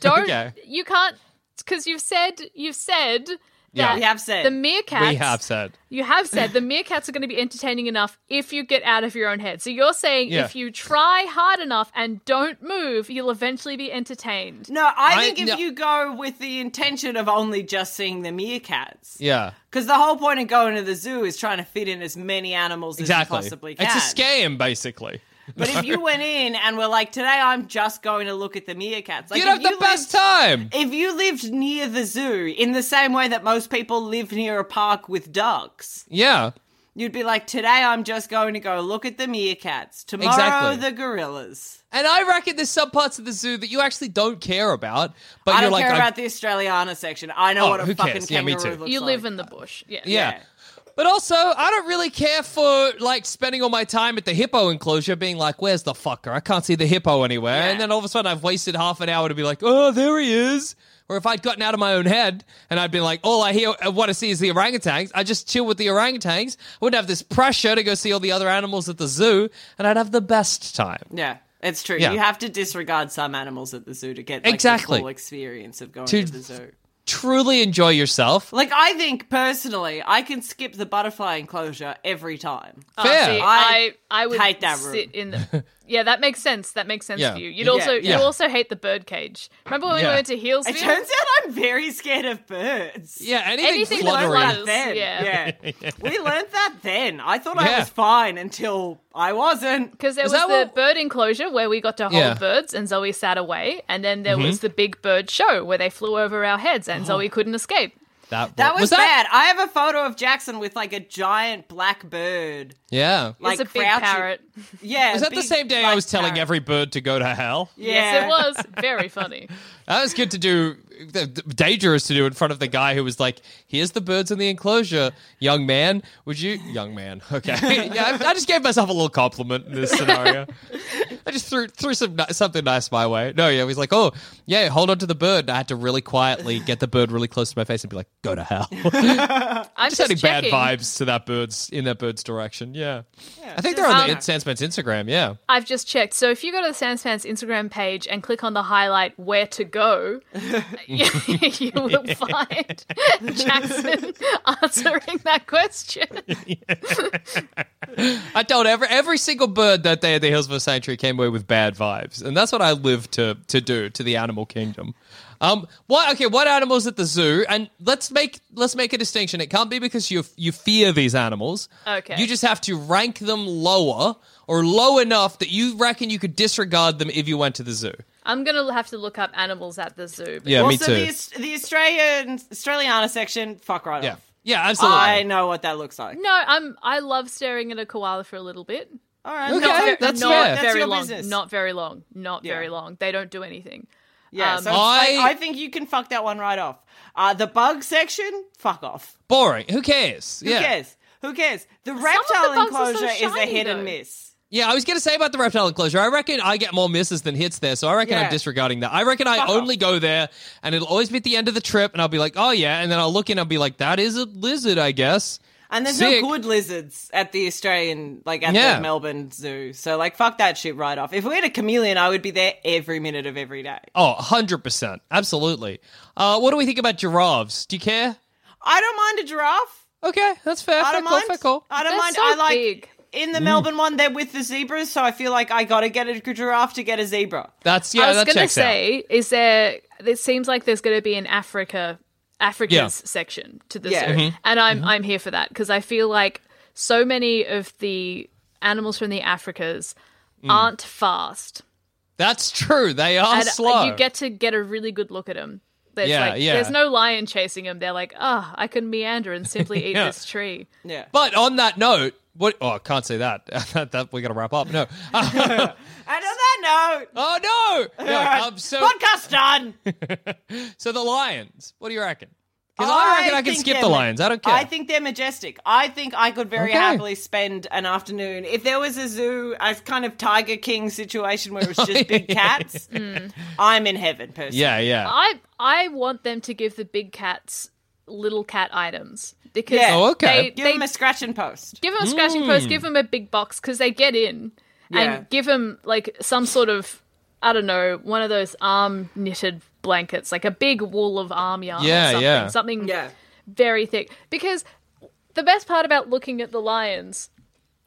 [SPEAKER 4] Don't
[SPEAKER 2] Okay.
[SPEAKER 4] you can't because you've said you've said
[SPEAKER 2] Yeah.
[SPEAKER 4] that
[SPEAKER 3] We have said.
[SPEAKER 4] the meerkats
[SPEAKER 2] we have said.
[SPEAKER 4] you have said the meerkats are going to be entertaining enough if you get out of your own head. So you're saying
[SPEAKER 2] Yeah.
[SPEAKER 4] if you try hard enough and don't move, you'll eventually be entertained.
[SPEAKER 3] No, I,
[SPEAKER 2] I-
[SPEAKER 3] think if
[SPEAKER 2] no.
[SPEAKER 3] you go with the intention of only just seeing the meerkats,
[SPEAKER 2] Yeah,
[SPEAKER 3] because the whole point of going to the zoo is trying to fit in as many animals
[SPEAKER 2] exactly.
[SPEAKER 3] as you possibly can.
[SPEAKER 2] It's a scam, basically.
[SPEAKER 3] But if you went in and were like, today I'm just going to look at the meerkats, like
[SPEAKER 2] You'd
[SPEAKER 3] if
[SPEAKER 2] have the
[SPEAKER 3] you
[SPEAKER 2] best
[SPEAKER 3] lived-
[SPEAKER 2] time.
[SPEAKER 3] If you lived near the zoo, in the same way that most people live near a park with ducks,
[SPEAKER 2] Yeah.
[SPEAKER 3] you'd be like, today I'm just going to go look at the meerkats. Tomorrow
[SPEAKER 2] Exactly.
[SPEAKER 3] the gorillas.
[SPEAKER 2] And I reckon there's some parts of the zoo that you actually don't care about, but
[SPEAKER 3] I
[SPEAKER 2] you're
[SPEAKER 3] don't
[SPEAKER 2] like,
[SPEAKER 3] care
[SPEAKER 2] I-
[SPEAKER 3] about the Australiana section. I know
[SPEAKER 2] Oh,
[SPEAKER 3] what a
[SPEAKER 2] who
[SPEAKER 3] fucking
[SPEAKER 2] cares? Yeah, me
[SPEAKER 3] kangaroo
[SPEAKER 2] too.
[SPEAKER 3] looks
[SPEAKER 4] You
[SPEAKER 3] like.
[SPEAKER 4] live in the bush. Yeah.
[SPEAKER 2] yeah. But also, I don't really care for like spending all my time at the hippo enclosure, being like, "Where's the fucker? I can't see the hippo anywhere." And then all of a sudden, I've wasted half an hour to be like, "Oh, there he is." Or if I'd gotten out of my own head and I'd been like, "All I hear, I want to see is the orangutans," I just chill with the orangutans. I wouldn't have this pressure to go see all the other animals at the zoo, and I'd have the best time.
[SPEAKER 3] Yeah, it's true.
[SPEAKER 2] Yeah.
[SPEAKER 3] You have to disregard some animals at the zoo to get like,
[SPEAKER 2] Exactly.
[SPEAKER 3] the full experience of going
[SPEAKER 2] To-
[SPEAKER 3] to the zoo.
[SPEAKER 2] Truly enjoy yourself.
[SPEAKER 3] Like I think personally, I can skip the butterfly enclosure every time.
[SPEAKER 4] Oh,
[SPEAKER 2] Fair.
[SPEAKER 4] see,
[SPEAKER 3] I
[SPEAKER 4] I, I would
[SPEAKER 3] hate that room.
[SPEAKER 4] sit in the. Yeah, that makes sense. That makes sense
[SPEAKER 2] Yeah.
[SPEAKER 4] for you. You'd also
[SPEAKER 2] yeah.
[SPEAKER 4] you also hate the birdcage. Remember when
[SPEAKER 2] Yeah.
[SPEAKER 4] we went to Healesville?
[SPEAKER 3] It turns out I'm very scared of birds.
[SPEAKER 2] Yeah, anything,
[SPEAKER 4] Anything that
[SPEAKER 2] fluttering.
[SPEAKER 4] flutters.
[SPEAKER 3] Then,
[SPEAKER 4] Yeah.
[SPEAKER 3] yeah. we learned that then. I thought
[SPEAKER 2] Yeah.
[SPEAKER 3] I was fine until I wasn't.
[SPEAKER 4] Because there
[SPEAKER 2] Is
[SPEAKER 4] was the
[SPEAKER 2] that what-
[SPEAKER 4] bird enclosure where we got to hold
[SPEAKER 2] Yeah. Mm-hmm.
[SPEAKER 4] birds and Zoe sat away, and then there was the big bird show where they flew over our heads
[SPEAKER 2] Oh.
[SPEAKER 4] and Zoe couldn't escape.
[SPEAKER 2] That,
[SPEAKER 3] That was,
[SPEAKER 2] that?
[SPEAKER 3] bad. I have a photo of Jackson with like a giant black bird.
[SPEAKER 2] Yeah.
[SPEAKER 3] Like
[SPEAKER 4] it's a big
[SPEAKER 3] crouching.
[SPEAKER 4] parrot.
[SPEAKER 3] Yeah.
[SPEAKER 2] Was that the
[SPEAKER 3] big
[SPEAKER 2] same day I
[SPEAKER 3] black
[SPEAKER 2] was telling
[SPEAKER 3] parrot.
[SPEAKER 2] every bird to go to hell?
[SPEAKER 3] Yeah.
[SPEAKER 4] Yes, it was very funny.
[SPEAKER 2] That was good to do d- d- dangerous to do in front of the guy who was like, "Here's the birds in the enclosure, young man. Would you, young man? Okay, yeah. I, I just gave myself a little compliment in this scenario. I just threw threw some ni- something nice my way. No, yeah, he was like, "Oh, yeah, hold on to the bird." I had to really quietly get the bird really close to my face and be like, "Go to hell."
[SPEAKER 4] I'm just,
[SPEAKER 2] just sending bad
[SPEAKER 4] checking.
[SPEAKER 2] vibes to that bird's in that bird's direction. Yeah, I think they're on the
[SPEAKER 4] Um,
[SPEAKER 2] in- Sandman's Instagram. Yeah,
[SPEAKER 4] I've just checked. So if you go to the Sanspans Instagram page and click on the highlight "Where to Go," you you will find Jackson answering that question.
[SPEAKER 2] I told every every single bird that day at the Hillsville Sanctuary came away with bad vibes, and that's what I live to to do to the animal kingdom. Um, what okay? What animals at the zoo? And let's make let's make a distinction. It can't be because you you fear these animals.
[SPEAKER 4] Okay.
[SPEAKER 2] you just have to rank them lower or low enough that you reckon you could disregard them if you went to the zoo.
[SPEAKER 4] I'm gonna have to look up animals at the zoo.
[SPEAKER 2] Yeah, me
[SPEAKER 3] also,
[SPEAKER 2] too.
[SPEAKER 3] the, Aus- the Australian Australiana section, fuck right
[SPEAKER 2] yeah,
[SPEAKER 3] off.
[SPEAKER 2] yeah, absolutely.
[SPEAKER 3] I know what that looks like.
[SPEAKER 4] No, I'm. I love staring at a koala for a little bit.
[SPEAKER 3] All right,
[SPEAKER 2] Okay,
[SPEAKER 3] no,
[SPEAKER 4] Not-
[SPEAKER 2] that's
[SPEAKER 4] not
[SPEAKER 2] fair.
[SPEAKER 3] That's
[SPEAKER 4] very
[SPEAKER 3] your
[SPEAKER 4] long.
[SPEAKER 3] business.
[SPEAKER 4] Not very long. Not
[SPEAKER 3] Yeah.
[SPEAKER 4] very long. They don't do anything.
[SPEAKER 3] yeah.
[SPEAKER 4] um,
[SPEAKER 3] so it's like,
[SPEAKER 2] I-
[SPEAKER 3] I think you can fuck that one right off. Uh, the bug section, fuck off.
[SPEAKER 2] Boring. Who cares?
[SPEAKER 3] Who
[SPEAKER 2] yeah.
[SPEAKER 3] cares? Who cares? The
[SPEAKER 4] the
[SPEAKER 3] reptile
[SPEAKER 4] bugs are so
[SPEAKER 3] enclosure is a
[SPEAKER 4] shiny,
[SPEAKER 3] hit
[SPEAKER 4] though.
[SPEAKER 3] and miss.
[SPEAKER 2] Yeah, I was going to say about the reptile enclosure. I reckon I get more misses than hits there, so I reckon I'm
[SPEAKER 3] Yeah. Uh-huh.
[SPEAKER 2] disregarding that. I reckon I
[SPEAKER 3] Fuck
[SPEAKER 2] only go there, and it'll always be at the end of the trip, and I'll be like, oh yeah, and then I'll look in, and I'll be like, that is a lizard, I guess.
[SPEAKER 3] And there's
[SPEAKER 2] Sick.
[SPEAKER 3] no good lizards at the Australian, like at
[SPEAKER 2] Yeah.
[SPEAKER 3] the Melbourne Zoo. So like, fuck that shit right off. If we had a chameleon, I would be there every minute of every day.
[SPEAKER 2] Oh, 100%. Absolutely. Uh, what do we think about giraffes? Do you care?
[SPEAKER 3] I don't mind a giraffe.
[SPEAKER 2] Okay, that's fair.
[SPEAKER 3] I
[SPEAKER 2] Fair
[SPEAKER 3] don't
[SPEAKER 2] call,
[SPEAKER 3] mind.
[SPEAKER 2] fair call.
[SPEAKER 3] I don't
[SPEAKER 4] They're
[SPEAKER 3] mind.
[SPEAKER 4] so
[SPEAKER 3] I like
[SPEAKER 4] big.
[SPEAKER 3] in the Melbourne one, they're with the zebras, so I feel like I gotta get a giraffe to get a zebra.
[SPEAKER 2] That's, yeah,
[SPEAKER 4] I was
[SPEAKER 2] that
[SPEAKER 4] gonna
[SPEAKER 2] checks out.
[SPEAKER 4] say, is there? It seems like there's gonna be an Africa, Africa's
[SPEAKER 2] Yeah. Mm-hmm.
[SPEAKER 4] section to the
[SPEAKER 3] Yeah.
[SPEAKER 4] zoo, and I'm I'm here for that because I feel like so many of the animals from the Africas
[SPEAKER 2] Mm.
[SPEAKER 4] aren't fast,
[SPEAKER 2] That's true. They are
[SPEAKER 3] uh,
[SPEAKER 4] and uh,
[SPEAKER 2] slow.
[SPEAKER 4] you get to get a really good look at them. There's
[SPEAKER 2] Yeah,
[SPEAKER 4] like,
[SPEAKER 2] yeah.
[SPEAKER 4] There's no lion chasing them. They're like, oh, I can meander and simply eat
[SPEAKER 2] Yeah.
[SPEAKER 4] this tree.
[SPEAKER 3] Yeah.
[SPEAKER 2] but on that note, what? Oh, I can't say that. that, that we got to wrap up. No.
[SPEAKER 3] And on that note,
[SPEAKER 2] oh, no. No. Um, so,
[SPEAKER 3] podcast done.
[SPEAKER 2] So the lions. What do you reckon? Because I, reckon I can
[SPEAKER 3] think
[SPEAKER 2] skip
[SPEAKER 3] they're
[SPEAKER 2] the
[SPEAKER 3] ma-
[SPEAKER 2] lions. I don't care.
[SPEAKER 3] I think they're majestic. I think I could very
[SPEAKER 2] Okay.
[SPEAKER 3] happily spend an afternoon if there was a zoo, a kind of Tiger King situation where it's just big cats. I'm in heaven, personally.
[SPEAKER 2] Oh, Hmm. Yeah, yeah.
[SPEAKER 4] I I want them to give the big cats little cat items because
[SPEAKER 3] Yeah.
[SPEAKER 2] Oh, okay.
[SPEAKER 4] they,
[SPEAKER 3] Give
[SPEAKER 4] they
[SPEAKER 3] them a scratch and post.
[SPEAKER 4] Give them a scratching post.
[SPEAKER 2] Hmm.
[SPEAKER 4] Give them a big box because they get in,
[SPEAKER 3] Yeah.
[SPEAKER 4] and give them like some sort of I don't know one of those arm knitted blankets, like a big wool of arm yarn. or
[SPEAKER 2] Yeah,
[SPEAKER 4] something,
[SPEAKER 2] yeah.
[SPEAKER 4] something
[SPEAKER 3] Yeah.
[SPEAKER 4] very thick. Because the best part about looking at the lions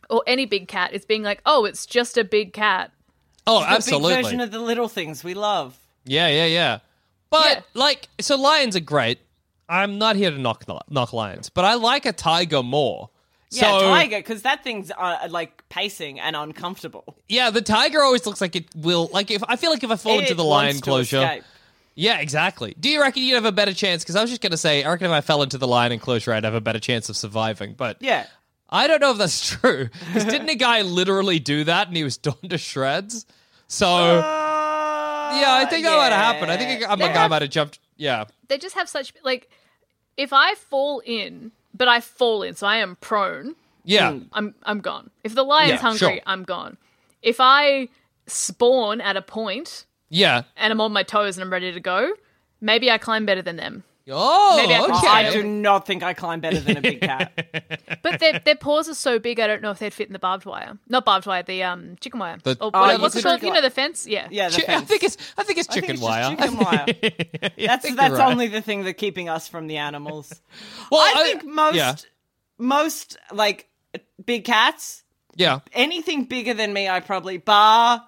[SPEAKER 4] or any big cat is being like, oh, it's just a big cat.
[SPEAKER 2] oh,
[SPEAKER 3] The
[SPEAKER 2] absolutely.
[SPEAKER 3] big version of the little things we love.
[SPEAKER 2] yeah, yeah, yeah. But
[SPEAKER 4] Yeah.
[SPEAKER 2] like, so lions are great. I'm not here to knock knock lions, but I like a tiger more.
[SPEAKER 3] Yeah,
[SPEAKER 2] so,
[SPEAKER 3] tiger, because that thing's uh, like pacing and uncomfortable.
[SPEAKER 2] Yeah, the tiger always looks like it will. Like if I feel like if I fall Oh, into
[SPEAKER 3] It
[SPEAKER 2] the
[SPEAKER 3] wants
[SPEAKER 2] lion
[SPEAKER 3] to
[SPEAKER 2] enclosure,
[SPEAKER 3] escape.
[SPEAKER 2] yeah, exactly. Do you reckon you'd have a better chance? Because I was just gonna say, I reckon if I fell into the lion enclosure, I'd have a better chance of surviving. But
[SPEAKER 3] Yeah.
[SPEAKER 2] I don't know if that's true. 'Cause didn't a guy literally do that and he was torn to shreds? So
[SPEAKER 3] Uh,
[SPEAKER 2] yeah, I think that might have happened. I think a, a guy might have jumped. Yeah,
[SPEAKER 4] They just have such like if I fall in, but I fall in, so I am prone.
[SPEAKER 2] yeah.
[SPEAKER 3] Hmm.
[SPEAKER 4] I'm I'm gone. If the lion's
[SPEAKER 2] Yeah,
[SPEAKER 4] hungry,
[SPEAKER 2] sure.
[SPEAKER 4] I'm gone. If I spawn at a point
[SPEAKER 2] Yeah.
[SPEAKER 4] and I'm on my toes and I'm ready to go, maybe I climb better than them.
[SPEAKER 2] Oh,
[SPEAKER 4] Maybe I-
[SPEAKER 2] okay.
[SPEAKER 3] I do not think I climb better than a big cat.
[SPEAKER 4] But their their paws are so big, I don't know if they'd fit in the barbed wire. Not barbed wire, the um chicken wire.
[SPEAKER 2] The-
[SPEAKER 4] or
[SPEAKER 2] Oh,
[SPEAKER 4] what-
[SPEAKER 2] you
[SPEAKER 4] what's it
[SPEAKER 2] could-
[SPEAKER 4] called? You know the fence? Yeah.
[SPEAKER 3] Yeah, the
[SPEAKER 2] Chi- I
[SPEAKER 3] fence.
[SPEAKER 2] think it's I think it's
[SPEAKER 3] I think
[SPEAKER 2] chicken
[SPEAKER 3] it's just
[SPEAKER 2] wire.
[SPEAKER 3] chicken wire.
[SPEAKER 2] Yeah, I
[SPEAKER 3] That's
[SPEAKER 2] think
[SPEAKER 3] that's
[SPEAKER 2] you're right.
[SPEAKER 3] only the thing that keeping us from the animals.
[SPEAKER 2] Well,
[SPEAKER 3] I think most
[SPEAKER 2] Yeah,
[SPEAKER 3] most like big cats,
[SPEAKER 2] yeah.
[SPEAKER 3] anything bigger than me, I probably bar.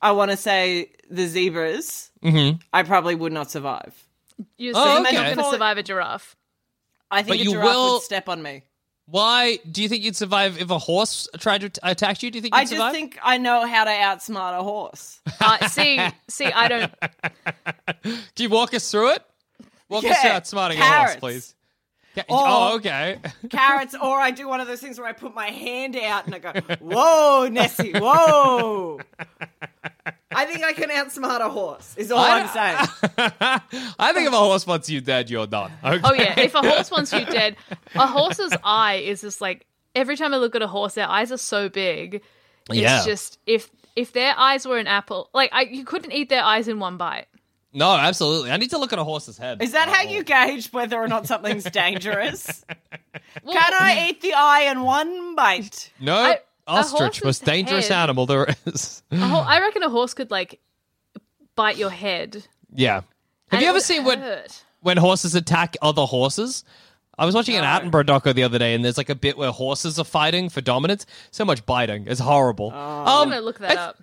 [SPEAKER 3] I want to say the zebras.
[SPEAKER 2] Mm-hmm.
[SPEAKER 3] I probably would not survive.
[SPEAKER 4] You're
[SPEAKER 2] Oh,
[SPEAKER 4] not
[SPEAKER 2] okay.
[SPEAKER 4] going to survive a giraffe.
[SPEAKER 3] I think
[SPEAKER 2] But
[SPEAKER 3] a
[SPEAKER 2] you
[SPEAKER 3] giraffe
[SPEAKER 2] will-
[SPEAKER 3] would step on me.
[SPEAKER 2] Why do you think you'd survive if a horse tried to t- attack you? Do you think you'd
[SPEAKER 3] I just
[SPEAKER 2] survive?
[SPEAKER 3] think I know how to outsmart a horse.
[SPEAKER 4] Uh, see, see, I don't.
[SPEAKER 2] do you walk us through it? Walk us through
[SPEAKER 3] Yeah,
[SPEAKER 2] outsmarting a horse,
[SPEAKER 3] carrots.
[SPEAKER 2] please. Ca-
[SPEAKER 3] Or-
[SPEAKER 2] oh, okay.
[SPEAKER 3] Carrots, or I do one of those things where I put my hand out and I go, "Whoa, Nessie, whoa!" I think I can outsmart a horse. Is all
[SPEAKER 2] I-
[SPEAKER 3] I'm saying.
[SPEAKER 2] I think if a horse wants you dead, you're done. Okay?
[SPEAKER 4] Oh yeah, if a horse wants you dead, a horse's eye is just like every time I look at a horse, their eyes are so big. It's
[SPEAKER 2] Yeah.
[SPEAKER 4] just if if their eyes were an apple, like I, you couldn't eat their eyes in one bite.
[SPEAKER 2] No, absolutely. I need to look at a horse's head.
[SPEAKER 3] Is that how you gauge whether or not something's dangerous?
[SPEAKER 4] Well,
[SPEAKER 3] Can I eat the eye in one bite?
[SPEAKER 2] No,
[SPEAKER 4] I- a
[SPEAKER 2] ostrich,
[SPEAKER 4] horse's
[SPEAKER 2] most dangerous
[SPEAKER 4] head-
[SPEAKER 2] animal there is.
[SPEAKER 4] a ho- I reckon a horse could like bite your head.
[SPEAKER 2] yeah. Have
[SPEAKER 4] and
[SPEAKER 2] you
[SPEAKER 4] it
[SPEAKER 2] ever
[SPEAKER 4] would
[SPEAKER 2] seen when
[SPEAKER 4] hurt.
[SPEAKER 2] when horses attack other horses? I was watching an Attenborough doco the other day, and there's like a bit where horses are fighting for dominance. So much biting, it's horrible.
[SPEAKER 4] Oh.
[SPEAKER 2] Um,
[SPEAKER 4] I'm gonna look that
[SPEAKER 2] I-
[SPEAKER 4] up.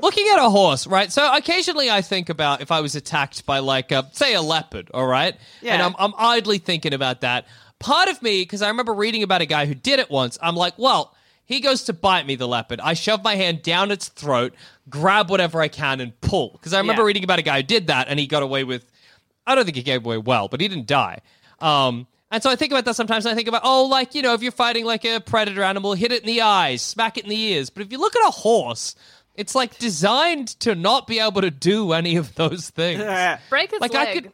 [SPEAKER 2] looking at a horse, right? So occasionally I think about if I was attacked by like a say a leopard, all right?
[SPEAKER 3] Yeah.
[SPEAKER 2] And I'm I'm idly thinking about that. Part of me cuz I remember reading about a guy who did it once. I'm like, well, he goes to bite me, the leopard. I shove my hand down its throat, grab whatever I can, and pull. Because I remember
[SPEAKER 3] Yeah.
[SPEAKER 2] reading about a guy who did that, and he got away with. I don't think he gave away well, but he didn't die. Um, and so I think about that sometimes. And I think about oh, like you know, if you're fighting like a predator animal, hit it in the eyes, smack it in the ears. But if you look at a horse, it's like designed to not be able to do any of those things.
[SPEAKER 3] Yeah,
[SPEAKER 4] Break his
[SPEAKER 2] Like
[SPEAKER 4] leg.
[SPEAKER 2] I could.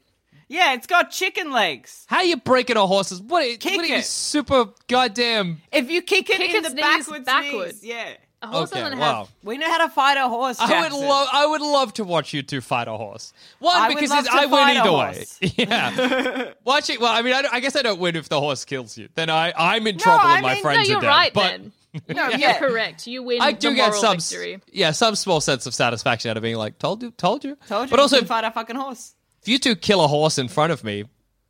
[SPEAKER 3] it's got chicken legs.
[SPEAKER 2] How you breaking a horse is what? are-
[SPEAKER 3] Kick
[SPEAKER 2] what are you
[SPEAKER 3] it.
[SPEAKER 2] super goddamn?
[SPEAKER 3] If you kick it
[SPEAKER 4] Kick
[SPEAKER 3] in
[SPEAKER 4] its
[SPEAKER 3] the
[SPEAKER 4] knees
[SPEAKER 3] backwards,
[SPEAKER 4] backward.
[SPEAKER 3] knees, yeah.
[SPEAKER 4] A horse
[SPEAKER 2] okay,
[SPEAKER 4] doesn't
[SPEAKER 2] wow.
[SPEAKER 4] have.
[SPEAKER 3] We know how to fight a horse.
[SPEAKER 2] I would
[SPEAKER 3] Jackson.
[SPEAKER 2] love, I would love to watch you two fight a horse. One
[SPEAKER 3] I would
[SPEAKER 2] because
[SPEAKER 3] love
[SPEAKER 2] it's,
[SPEAKER 3] to
[SPEAKER 2] I win
[SPEAKER 3] fight a
[SPEAKER 2] either way.
[SPEAKER 3] horse.
[SPEAKER 2] Yeah, watching. Well, I mean, I, don't- I guess I don't win if the horse kills you. Then I, I'm in trouble
[SPEAKER 3] I
[SPEAKER 2] and my
[SPEAKER 3] mean, no,
[SPEAKER 4] No,
[SPEAKER 2] friends
[SPEAKER 4] you're
[SPEAKER 2] are dead.
[SPEAKER 4] right
[SPEAKER 2] but
[SPEAKER 4] then.
[SPEAKER 3] No,
[SPEAKER 4] You're
[SPEAKER 3] yeah.
[SPEAKER 4] correct. You win.
[SPEAKER 2] I do
[SPEAKER 4] the
[SPEAKER 2] get
[SPEAKER 4] moral
[SPEAKER 2] some, s-
[SPEAKER 4] victory.
[SPEAKER 2] yeah, some small sense of satisfaction out of being like, told you, told you,
[SPEAKER 3] Told you
[SPEAKER 2] But also,
[SPEAKER 3] you
[SPEAKER 2] if,
[SPEAKER 3] can fight a fucking horse.
[SPEAKER 2] if you two kill a horse in front of me,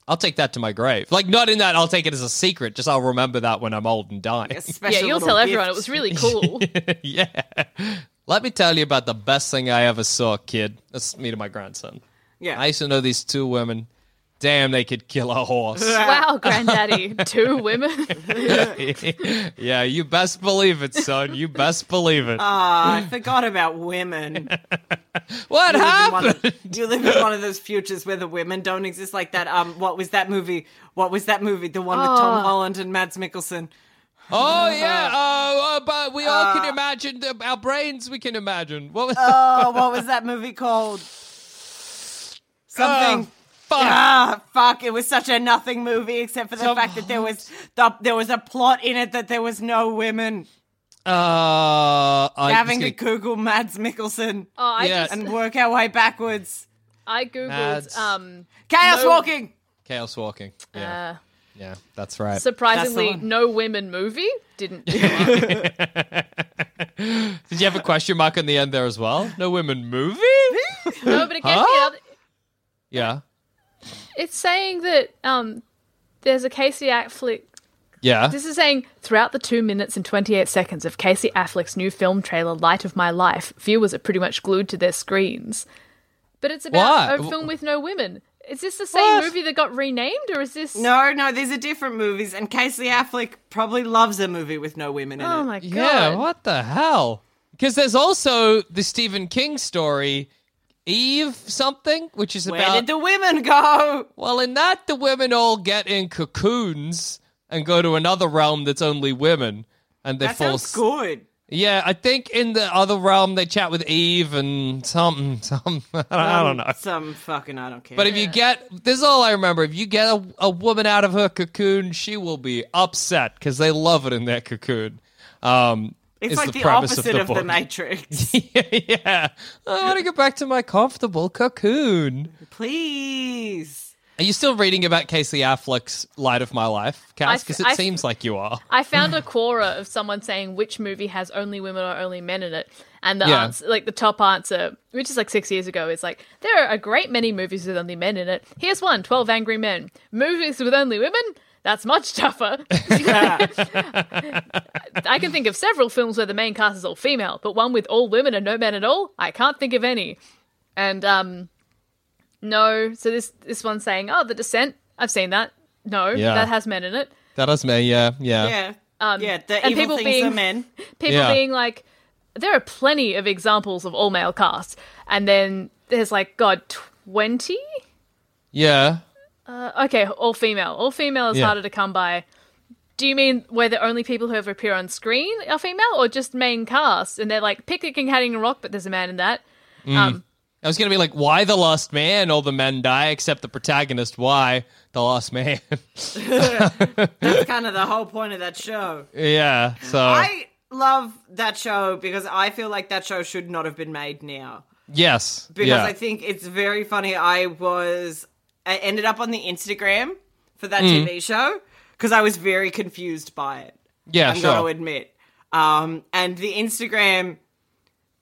[SPEAKER 2] I'll take that to my grave. Like, not in that I'll take it as a secret. Just I'll remember that when I'm old and dying.
[SPEAKER 3] A special
[SPEAKER 4] Yeah, you'll
[SPEAKER 3] little
[SPEAKER 4] tell everyone it
[SPEAKER 3] gift.
[SPEAKER 4] was really cool.
[SPEAKER 2] yeah. Let me tell you about the best thing I ever saw, kid. That's me to my grandson.
[SPEAKER 3] Yeah.
[SPEAKER 2] I used to know these two women. Damn, they could kill a horse.
[SPEAKER 4] wow, granddaddy, two women.
[SPEAKER 2] yeah, you best believe it, son. You best believe it.
[SPEAKER 3] Ah, I forgot about women.
[SPEAKER 2] what
[SPEAKER 3] live in one
[SPEAKER 2] happened?
[SPEAKER 3] of- you live in one of those futures where the women don't exist like that. Um, what was that movie? What was that movie? The one with Tom Holland and Mads Mikkelsen. Uh,
[SPEAKER 2] Oh yeah. Oh, oh, but we all can imagine. The, our brains, we can imagine. What was?
[SPEAKER 3] Oh, what was that movie called? Something.
[SPEAKER 2] fuck.
[SPEAKER 3] Ah, fuck! It was such a nothing movie, except for the
[SPEAKER 2] Tom
[SPEAKER 3] fact that there was the, there was a plot in it that there was no women.
[SPEAKER 2] Uh, I,
[SPEAKER 3] Having to
[SPEAKER 2] just gonna-
[SPEAKER 3] Google Mads Mikkelsen
[SPEAKER 4] Oh, I
[SPEAKER 2] Yeah.
[SPEAKER 4] just
[SPEAKER 3] and work our way backwards.
[SPEAKER 4] I googled
[SPEAKER 2] Mads.
[SPEAKER 4] um
[SPEAKER 3] Chaos
[SPEAKER 4] No.
[SPEAKER 3] walking.
[SPEAKER 2] chaos walking. Yeah,
[SPEAKER 4] uh,
[SPEAKER 2] yeah, that's right.
[SPEAKER 4] surprisingly
[SPEAKER 3] That's the one.
[SPEAKER 4] no women movie didn't
[SPEAKER 2] Did you have a question mark on the end there as well? No women movie?
[SPEAKER 4] no but it gave
[SPEAKER 2] Huh?
[SPEAKER 4] me another,
[SPEAKER 2] yeah,
[SPEAKER 4] it's saying that um there's a Casey Affleck
[SPEAKER 2] yeah.
[SPEAKER 4] this is saying throughout the 2 minutes and 28 seconds of Casey Affleck's new film trailer Light of My Life viewers are pretty much glued to their screens but it's about
[SPEAKER 2] Why?
[SPEAKER 4] a film with no women is this the same
[SPEAKER 2] What?
[SPEAKER 4] movie that got renamed or is this
[SPEAKER 3] No, no, these are different movies, and Casey Affleck probably loves a movie with no women in it.
[SPEAKER 4] oh my god
[SPEAKER 2] Yeah, what the hell? Because there's also the Stephen King story, Eve something, which is
[SPEAKER 3] Where
[SPEAKER 2] about
[SPEAKER 3] did the women go?
[SPEAKER 2] well, in that the women all get in cocoons and go to another realm that's only women, and they
[SPEAKER 3] That
[SPEAKER 2] fall.
[SPEAKER 3] sounds good.
[SPEAKER 2] Yeah, I think in the other realm they chat with Eve and something, something. I don't, I don't know.
[SPEAKER 3] Some fucking I don't care.
[SPEAKER 2] But if you get this, is all I remember. If you get a, a woman out of her cocoon, she will be upset because they love it in that cocoon. Um,
[SPEAKER 3] it's
[SPEAKER 2] is
[SPEAKER 3] like the,
[SPEAKER 2] premise
[SPEAKER 3] opposite of the,
[SPEAKER 2] book.
[SPEAKER 3] Matrix.
[SPEAKER 2] yeah, Oh, I want to get back to my comfortable cocoon.
[SPEAKER 3] Please.
[SPEAKER 2] Are you still reading about Casey Affleck's Light of My Life, Cass?
[SPEAKER 4] I-
[SPEAKER 2] Because it
[SPEAKER 4] I-
[SPEAKER 2] seems like you are.
[SPEAKER 4] I found a quora of someone saying which movie has only women or only men in it, and the
[SPEAKER 2] Yeah.
[SPEAKER 4] answer, like the top answer, which is like six years ago, is like there are a great many movies with only men in it. Here's one: 12 Angry Men. Movies with only women. That's much tougher. I can think of several films where the main cast is all female, but one with all women and no men at all, I can't think of any. And um, no, so this this one's saying, oh, The Descent. I've seen that. No,
[SPEAKER 2] Yeah.
[SPEAKER 4] that has men in it.
[SPEAKER 2] That is me. Yeah, yeah.
[SPEAKER 3] Yeah. yeah, the
[SPEAKER 4] Um, and
[SPEAKER 3] evil
[SPEAKER 4] people
[SPEAKER 3] things
[SPEAKER 4] being-
[SPEAKER 3] are men.
[SPEAKER 4] people
[SPEAKER 2] Yeah.
[SPEAKER 4] being like, there are plenty of examples of all male casts, and then there's like, God, twenty?
[SPEAKER 2] Yeah.
[SPEAKER 4] Okay, all female. All female is
[SPEAKER 2] Yeah.
[SPEAKER 4] harder to come by. Do you mean where the only people who ever appear on screen are female, or just main cast? And they're like, Picnic and Hatting Rock, but there's a man in that. Um,
[SPEAKER 2] I was going to be like, why the last man? All the men die except the protagonist. Why the last man?
[SPEAKER 3] That's kind of the whole point of that show.
[SPEAKER 2] yeah. So
[SPEAKER 3] I love that show because I feel like that show should not have been made now.
[SPEAKER 2] yes,
[SPEAKER 3] because
[SPEAKER 2] yeah.
[SPEAKER 3] I think it's very funny. I was I ended up on the Instagram for that
[SPEAKER 2] Mm.
[SPEAKER 3] TV show because I was very confused by it.
[SPEAKER 2] yeah,
[SPEAKER 3] I'm
[SPEAKER 2] sure.
[SPEAKER 3] going to admit. Um, and the Instagram,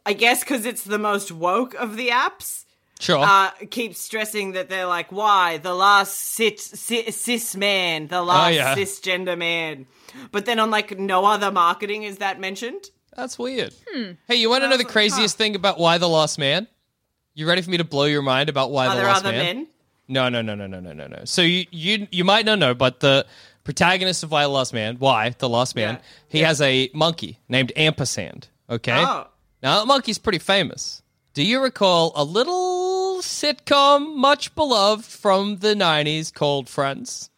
[SPEAKER 3] I guess, because it's the most woke of the apps,
[SPEAKER 2] sure.
[SPEAKER 3] uh, keeps stressing that they're like, "Why the last cis, cis, cis man, the last
[SPEAKER 2] Oh, yeah.
[SPEAKER 3] cisgender man," but then on like no other marketing is that mentioned.
[SPEAKER 2] That's weird.
[SPEAKER 3] hmm.
[SPEAKER 2] Hey, you want to know the craziest thing about why the last man? You ready for me to blow your mind about why
[SPEAKER 3] Are
[SPEAKER 2] the
[SPEAKER 3] there
[SPEAKER 2] last
[SPEAKER 3] other
[SPEAKER 2] man?
[SPEAKER 3] men?
[SPEAKER 2] No, no, no, no, no, no, no, no. So you you you might not know, but the protagonist of Why the Last Man, why the Last Man,
[SPEAKER 3] Yeah.
[SPEAKER 2] he has a monkey named Ampersand. Okay.
[SPEAKER 3] Oh.
[SPEAKER 2] Now that monkey's pretty famous. Do you recall a little sitcom much beloved from the nineties called Friends?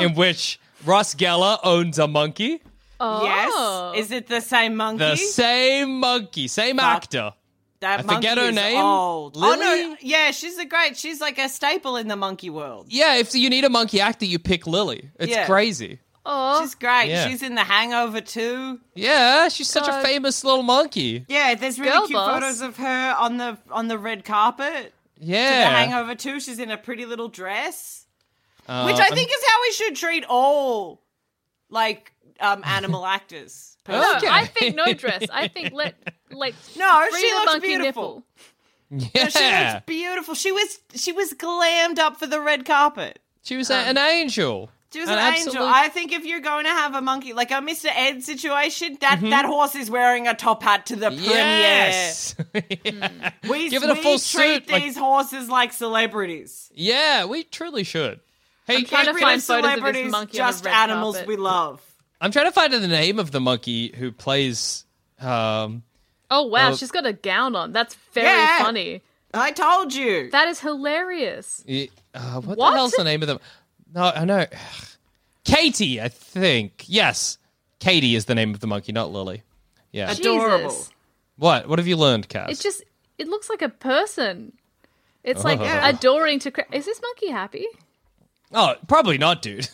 [SPEAKER 2] in which Ross Geller owns a monkey?
[SPEAKER 4] Oh.
[SPEAKER 3] Yes, is it the same monkey?
[SPEAKER 2] The same monkey, same actor.
[SPEAKER 3] That
[SPEAKER 2] I forget
[SPEAKER 3] monkey
[SPEAKER 2] her
[SPEAKER 3] is
[SPEAKER 2] name.
[SPEAKER 3] Old. Oh no,
[SPEAKER 2] Lily?
[SPEAKER 3] yeah, she's a great. She's like a staple in the monkey world.
[SPEAKER 2] Yeah, if you need a monkey actor, you pick Lily. It's
[SPEAKER 3] Yeah.
[SPEAKER 2] crazy.
[SPEAKER 4] oh,
[SPEAKER 3] She's great.
[SPEAKER 2] Yeah.
[SPEAKER 3] She's in The Hangover too.
[SPEAKER 2] Yeah, she's such a
[SPEAKER 4] God.
[SPEAKER 2] famous little monkey.
[SPEAKER 3] Yeah, there's really
[SPEAKER 4] Girl
[SPEAKER 3] cute
[SPEAKER 4] boss.
[SPEAKER 3] photos of her on the on the red carpet.
[SPEAKER 2] Yeah.
[SPEAKER 3] The Hangover too. She's in a pretty little dress,
[SPEAKER 2] Uh,
[SPEAKER 3] which I
[SPEAKER 2] I'm-
[SPEAKER 3] think is how we should treat all like um, animal actors.
[SPEAKER 4] no,
[SPEAKER 2] Okay.
[SPEAKER 4] I think no dress. I think let like
[SPEAKER 3] No,
[SPEAKER 4] free
[SPEAKER 3] she
[SPEAKER 4] the
[SPEAKER 3] looks
[SPEAKER 4] monkey
[SPEAKER 3] beautiful.
[SPEAKER 4] nipple.
[SPEAKER 2] yeah.
[SPEAKER 3] She looks beautiful. She was she was glammed up for the red carpet.
[SPEAKER 2] She was a- an angel.
[SPEAKER 3] um, She was an, angel.
[SPEAKER 2] absolute-
[SPEAKER 3] I think if you're going to have a monkey, like a Mr. Ed situation, that that horse is wearing a top hat to the
[SPEAKER 2] Mm-hmm. Yes.
[SPEAKER 3] premiere. We,
[SPEAKER 2] Give it a
[SPEAKER 3] we
[SPEAKER 2] full
[SPEAKER 3] treat
[SPEAKER 2] suit, like-
[SPEAKER 3] these horses like celebrities.
[SPEAKER 2] yeah, we truly should. Hey, I'm
[SPEAKER 4] trying
[SPEAKER 2] trying,
[SPEAKER 4] to
[SPEAKER 2] to,
[SPEAKER 3] Get rid
[SPEAKER 4] find
[SPEAKER 3] of
[SPEAKER 4] photos of this
[SPEAKER 3] celebrities,
[SPEAKER 4] monkey on a
[SPEAKER 3] just
[SPEAKER 4] red
[SPEAKER 3] animals
[SPEAKER 4] carpet.
[SPEAKER 3] we love.
[SPEAKER 2] find the name of the monkey who plays. Um,
[SPEAKER 4] Oh wow,
[SPEAKER 2] Oh.
[SPEAKER 4] she's got a gown on. That's very
[SPEAKER 3] Yeah.
[SPEAKER 4] funny.
[SPEAKER 3] I told you.
[SPEAKER 4] That is hilarious.
[SPEAKER 2] y- uh, what,
[SPEAKER 4] What?
[SPEAKER 2] the hell's the name of them? No, I know. Katie, I think. Yes, Katie is the name of the monkey, not Lily. Yeah.
[SPEAKER 3] Adorable.
[SPEAKER 4] Jesus.
[SPEAKER 2] What? What have you learned, Cass?
[SPEAKER 4] It just it looks like a person. It's like adoring to. Cra- is this monkey happy?
[SPEAKER 2] Oh, probably not, dude.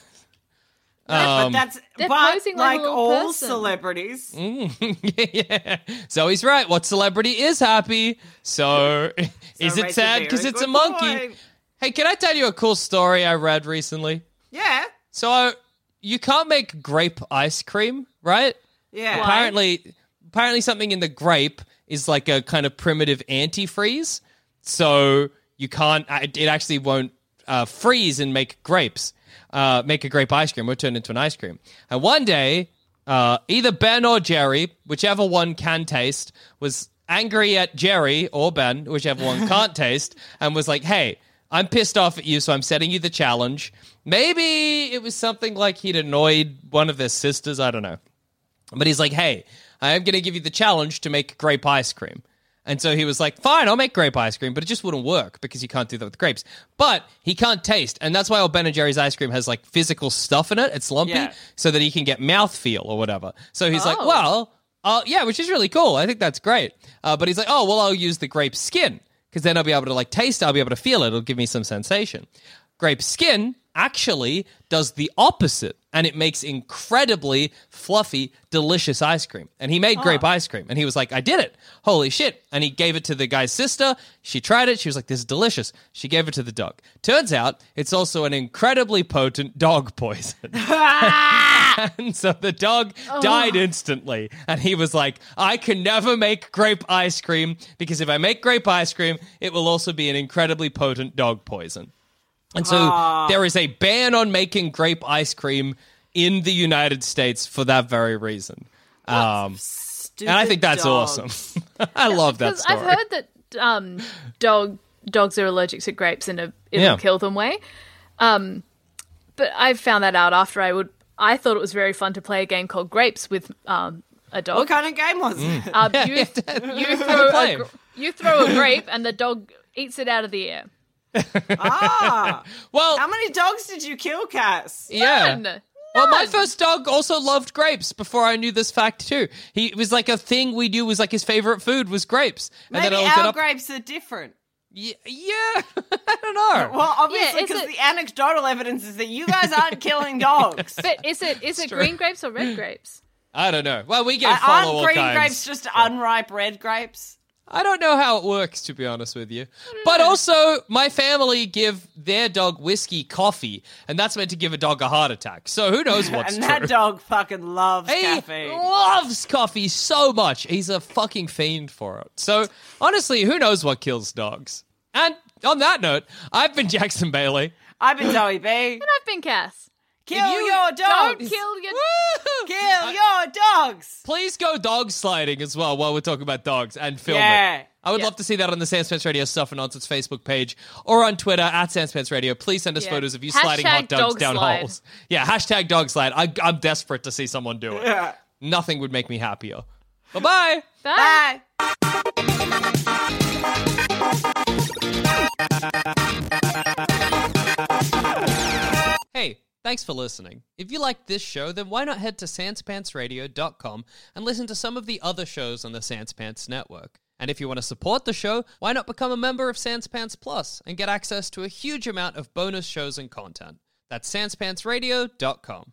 [SPEAKER 3] but
[SPEAKER 2] Um,
[SPEAKER 3] that's
[SPEAKER 4] They're
[SPEAKER 3] but
[SPEAKER 4] posing like
[SPEAKER 3] like
[SPEAKER 4] a little
[SPEAKER 3] all
[SPEAKER 4] person.
[SPEAKER 3] celebrities.
[SPEAKER 2] Mm. yeah. Zoe's right. What celebrity is happy? So is it
[SPEAKER 3] Rachel's
[SPEAKER 2] sad
[SPEAKER 3] very
[SPEAKER 2] because it's a
[SPEAKER 3] good
[SPEAKER 2] monkey?
[SPEAKER 3] boy.
[SPEAKER 2] Hey, can I tell you a cool story I read recently?
[SPEAKER 3] Yeah.
[SPEAKER 2] So you can't make grape ice cream, right?
[SPEAKER 3] Yeah.
[SPEAKER 2] Apparently, apparently something in the grape is like a kind of primitive antifreeze. So you can't. uh, It actually won't uh, freeze and make grapes. Uh, make a grape ice cream. We'll turn into an ice cream. And one day, uh, either Ben or Jerry, whichever one can taste, was angry at Jerry or Ben, whichever one can't taste, and was like, "Hey." I'm pissed off at you, so I'm setting you the challenge. Maybe it was something like he'd annoyed one of their sisters. I don't know. But he's like, hey, I am going to give you the challenge to make grape ice cream. And so he was like, fine, I'll make grape ice cream, but it just wouldn't work because you can't do that with grapes. But he can't taste. And that's why all Ben and Jerry's ice cream has like physical stuff in it. It's lumpy
[SPEAKER 3] Yeah.
[SPEAKER 2] so that he can get mouthfeel or whatever. So he's like,
[SPEAKER 4] Oh.
[SPEAKER 2] well, uh, yeah, which is really cool. I think that's great. Uh, but he's like, oh, well, I'll use the grape skin because then I'll be able to like taste it. I'll be able to feel it. It'll give me some sensation. Grape skin actually does the opposite and it makes incredibly fluffy, delicious ice cream. And he made grape ice cream and he was like, I did it. Holy shit. And he gave it to the guy's sister. She tried it. She was like, this is delicious. She gave it to the dog. Turns out it's also an incredibly potent dog poison. And so the dog
[SPEAKER 4] Oh.
[SPEAKER 2] died instantly. And he was like, I can never make grape ice cream because if I make grape ice cream, it will also be an incredibly potent dog poison. And so
[SPEAKER 4] Ah.
[SPEAKER 2] there is a ban on making grape ice cream in the United States for that very reason. Um, and I think that's awesome. I love that
[SPEAKER 4] Because
[SPEAKER 2] story.
[SPEAKER 4] I've heard that um, dog dogs are allergic to grapes in a it'll
[SPEAKER 2] Yeah.
[SPEAKER 4] kill them way. Um, but I found that out after I would. I thought it was very fun to play a game called Grapes with um, a dog.
[SPEAKER 3] What kind of game was
[SPEAKER 2] Mm.
[SPEAKER 3] it?
[SPEAKER 4] Um, you, you throw
[SPEAKER 2] play
[SPEAKER 4] a,
[SPEAKER 2] him.
[SPEAKER 4] gr- you throw a grape and the dog eats it out of the air.
[SPEAKER 3] ah,
[SPEAKER 2] well,
[SPEAKER 3] how many dogs did you kill, Cass?
[SPEAKER 2] yeah.
[SPEAKER 4] None.
[SPEAKER 2] Well, my
[SPEAKER 4] None.
[SPEAKER 2] first dog also loved grapes before I knew this fact too. He it was like a thing we knew was like his favorite food was grapes. And
[SPEAKER 3] Maybe
[SPEAKER 2] then I looked it
[SPEAKER 3] our
[SPEAKER 2] up.
[SPEAKER 3] grapes are different.
[SPEAKER 2] Ye- yeah, I don't know.
[SPEAKER 3] Well, obviously,
[SPEAKER 4] is
[SPEAKER 3] because
[SPEAKER 4] it-
[SPEAKER 3] the anecdotal evidence is that you guys aren't killing dogs.
[SPEAKER 4] But is it is it
[SPEAKER 2] true.
[SPEAKER 4] green grapes or red grapes?
[SPEAKER 2] I don't know. Well, we get
[SPEAKER 3] Are-
[SPEAKER 2] follow all
[SPEAKER 3] aren't green
[SPEAKER 2] kinds.
[SPEAKER 3] grapes just unripe red grapes?
[SPEAKER 2] I don't know how it works, to be honest with you.
[SPEAKER 3] Mm.
[SPEAKER 2] But also, my family give their dog whiskey coffee, and that's meant to give a dog a heart attack. So who knows what's
[SPEAKER 3] and
[SPEAKER 2] true?
[SPEAKER 3] that dog fucking loves
[SPEAKER 2] he
[SPEAKER 3] caffeine.
[SPEAKER 2] loves coffee so much. He's a fucking fiend for it. So honestly, who knows what kills dogs? And on that note, I've been Jackson Bailey.
[SPEAKER 3] I've been Zoe B.
[SPEAKER 4] And I've been Cass.
[SPEAKER 3] Kill
[SPEAKER 2] you
[SPEAKER 3] your
[SPEAKER 4] Don't
[SPEAKER 3] dogs.
[SPEAKER 4] kill your.
[SPEAKER 2] Woo!
[SPEAKER 3] kill
[SPEAKER 2] I-
[SPEAKER 3] your dogs.
[SPEAKER 2] Uh, Please go dog sliding as well while we're talking about dogs and film
[SPEAKER 3] Yeah.
[SPEAKER 2] it. I would
[SPEAKER 4] Yeah.
[SPEAKER 2] love to see that on the Sam Spence Radio Stuff and Nonsense Facebook page or on Twitter at Sam Spence Radio. Please send us
[SPEAKER 4] Yeah.
[SPEAKER 2] photos of you sliding
[SPEAKER 4] Hashtag
[SPEAKER 2] hot dogs
[SPEAKER 4] dog
[SPEAKER 2] down
[SPEAKER 4] slide.
[SPEAKER 2] holes. Yeah, hashtag dog slide. I, I'm desperate to see someone do it. Nothing would make me happier. Bye bye.
[SPEAKER 4] Bye.
[SPEAKER 3] Bye.
[SPEAKER 2] Hey, thanks for listening. If you liked this show, then why not head to sanspantsradio.com and listen to some of the other shows on the Sanspants network. And if you want to support the show, why not become a member of Sanspants Plus and get access to a huge amount of bonus shows and content. That's sanspantsradio.com.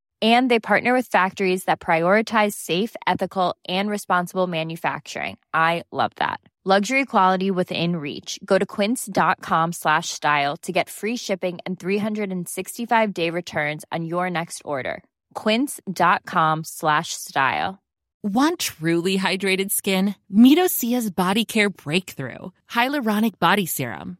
[SPEAKER 7] And they partner with factories that prioritize safe, ethical, and responsible manufacturing. I love that. Luxury quality within reach. Go to quince.com slash style to get free shipping and 365 day returns on your next order. Quince.com slash style.
[SPEAKER 8] Want truly hydrated skin? Meet Osea's Body Care Breakthrough Hyaluronic Body Serum.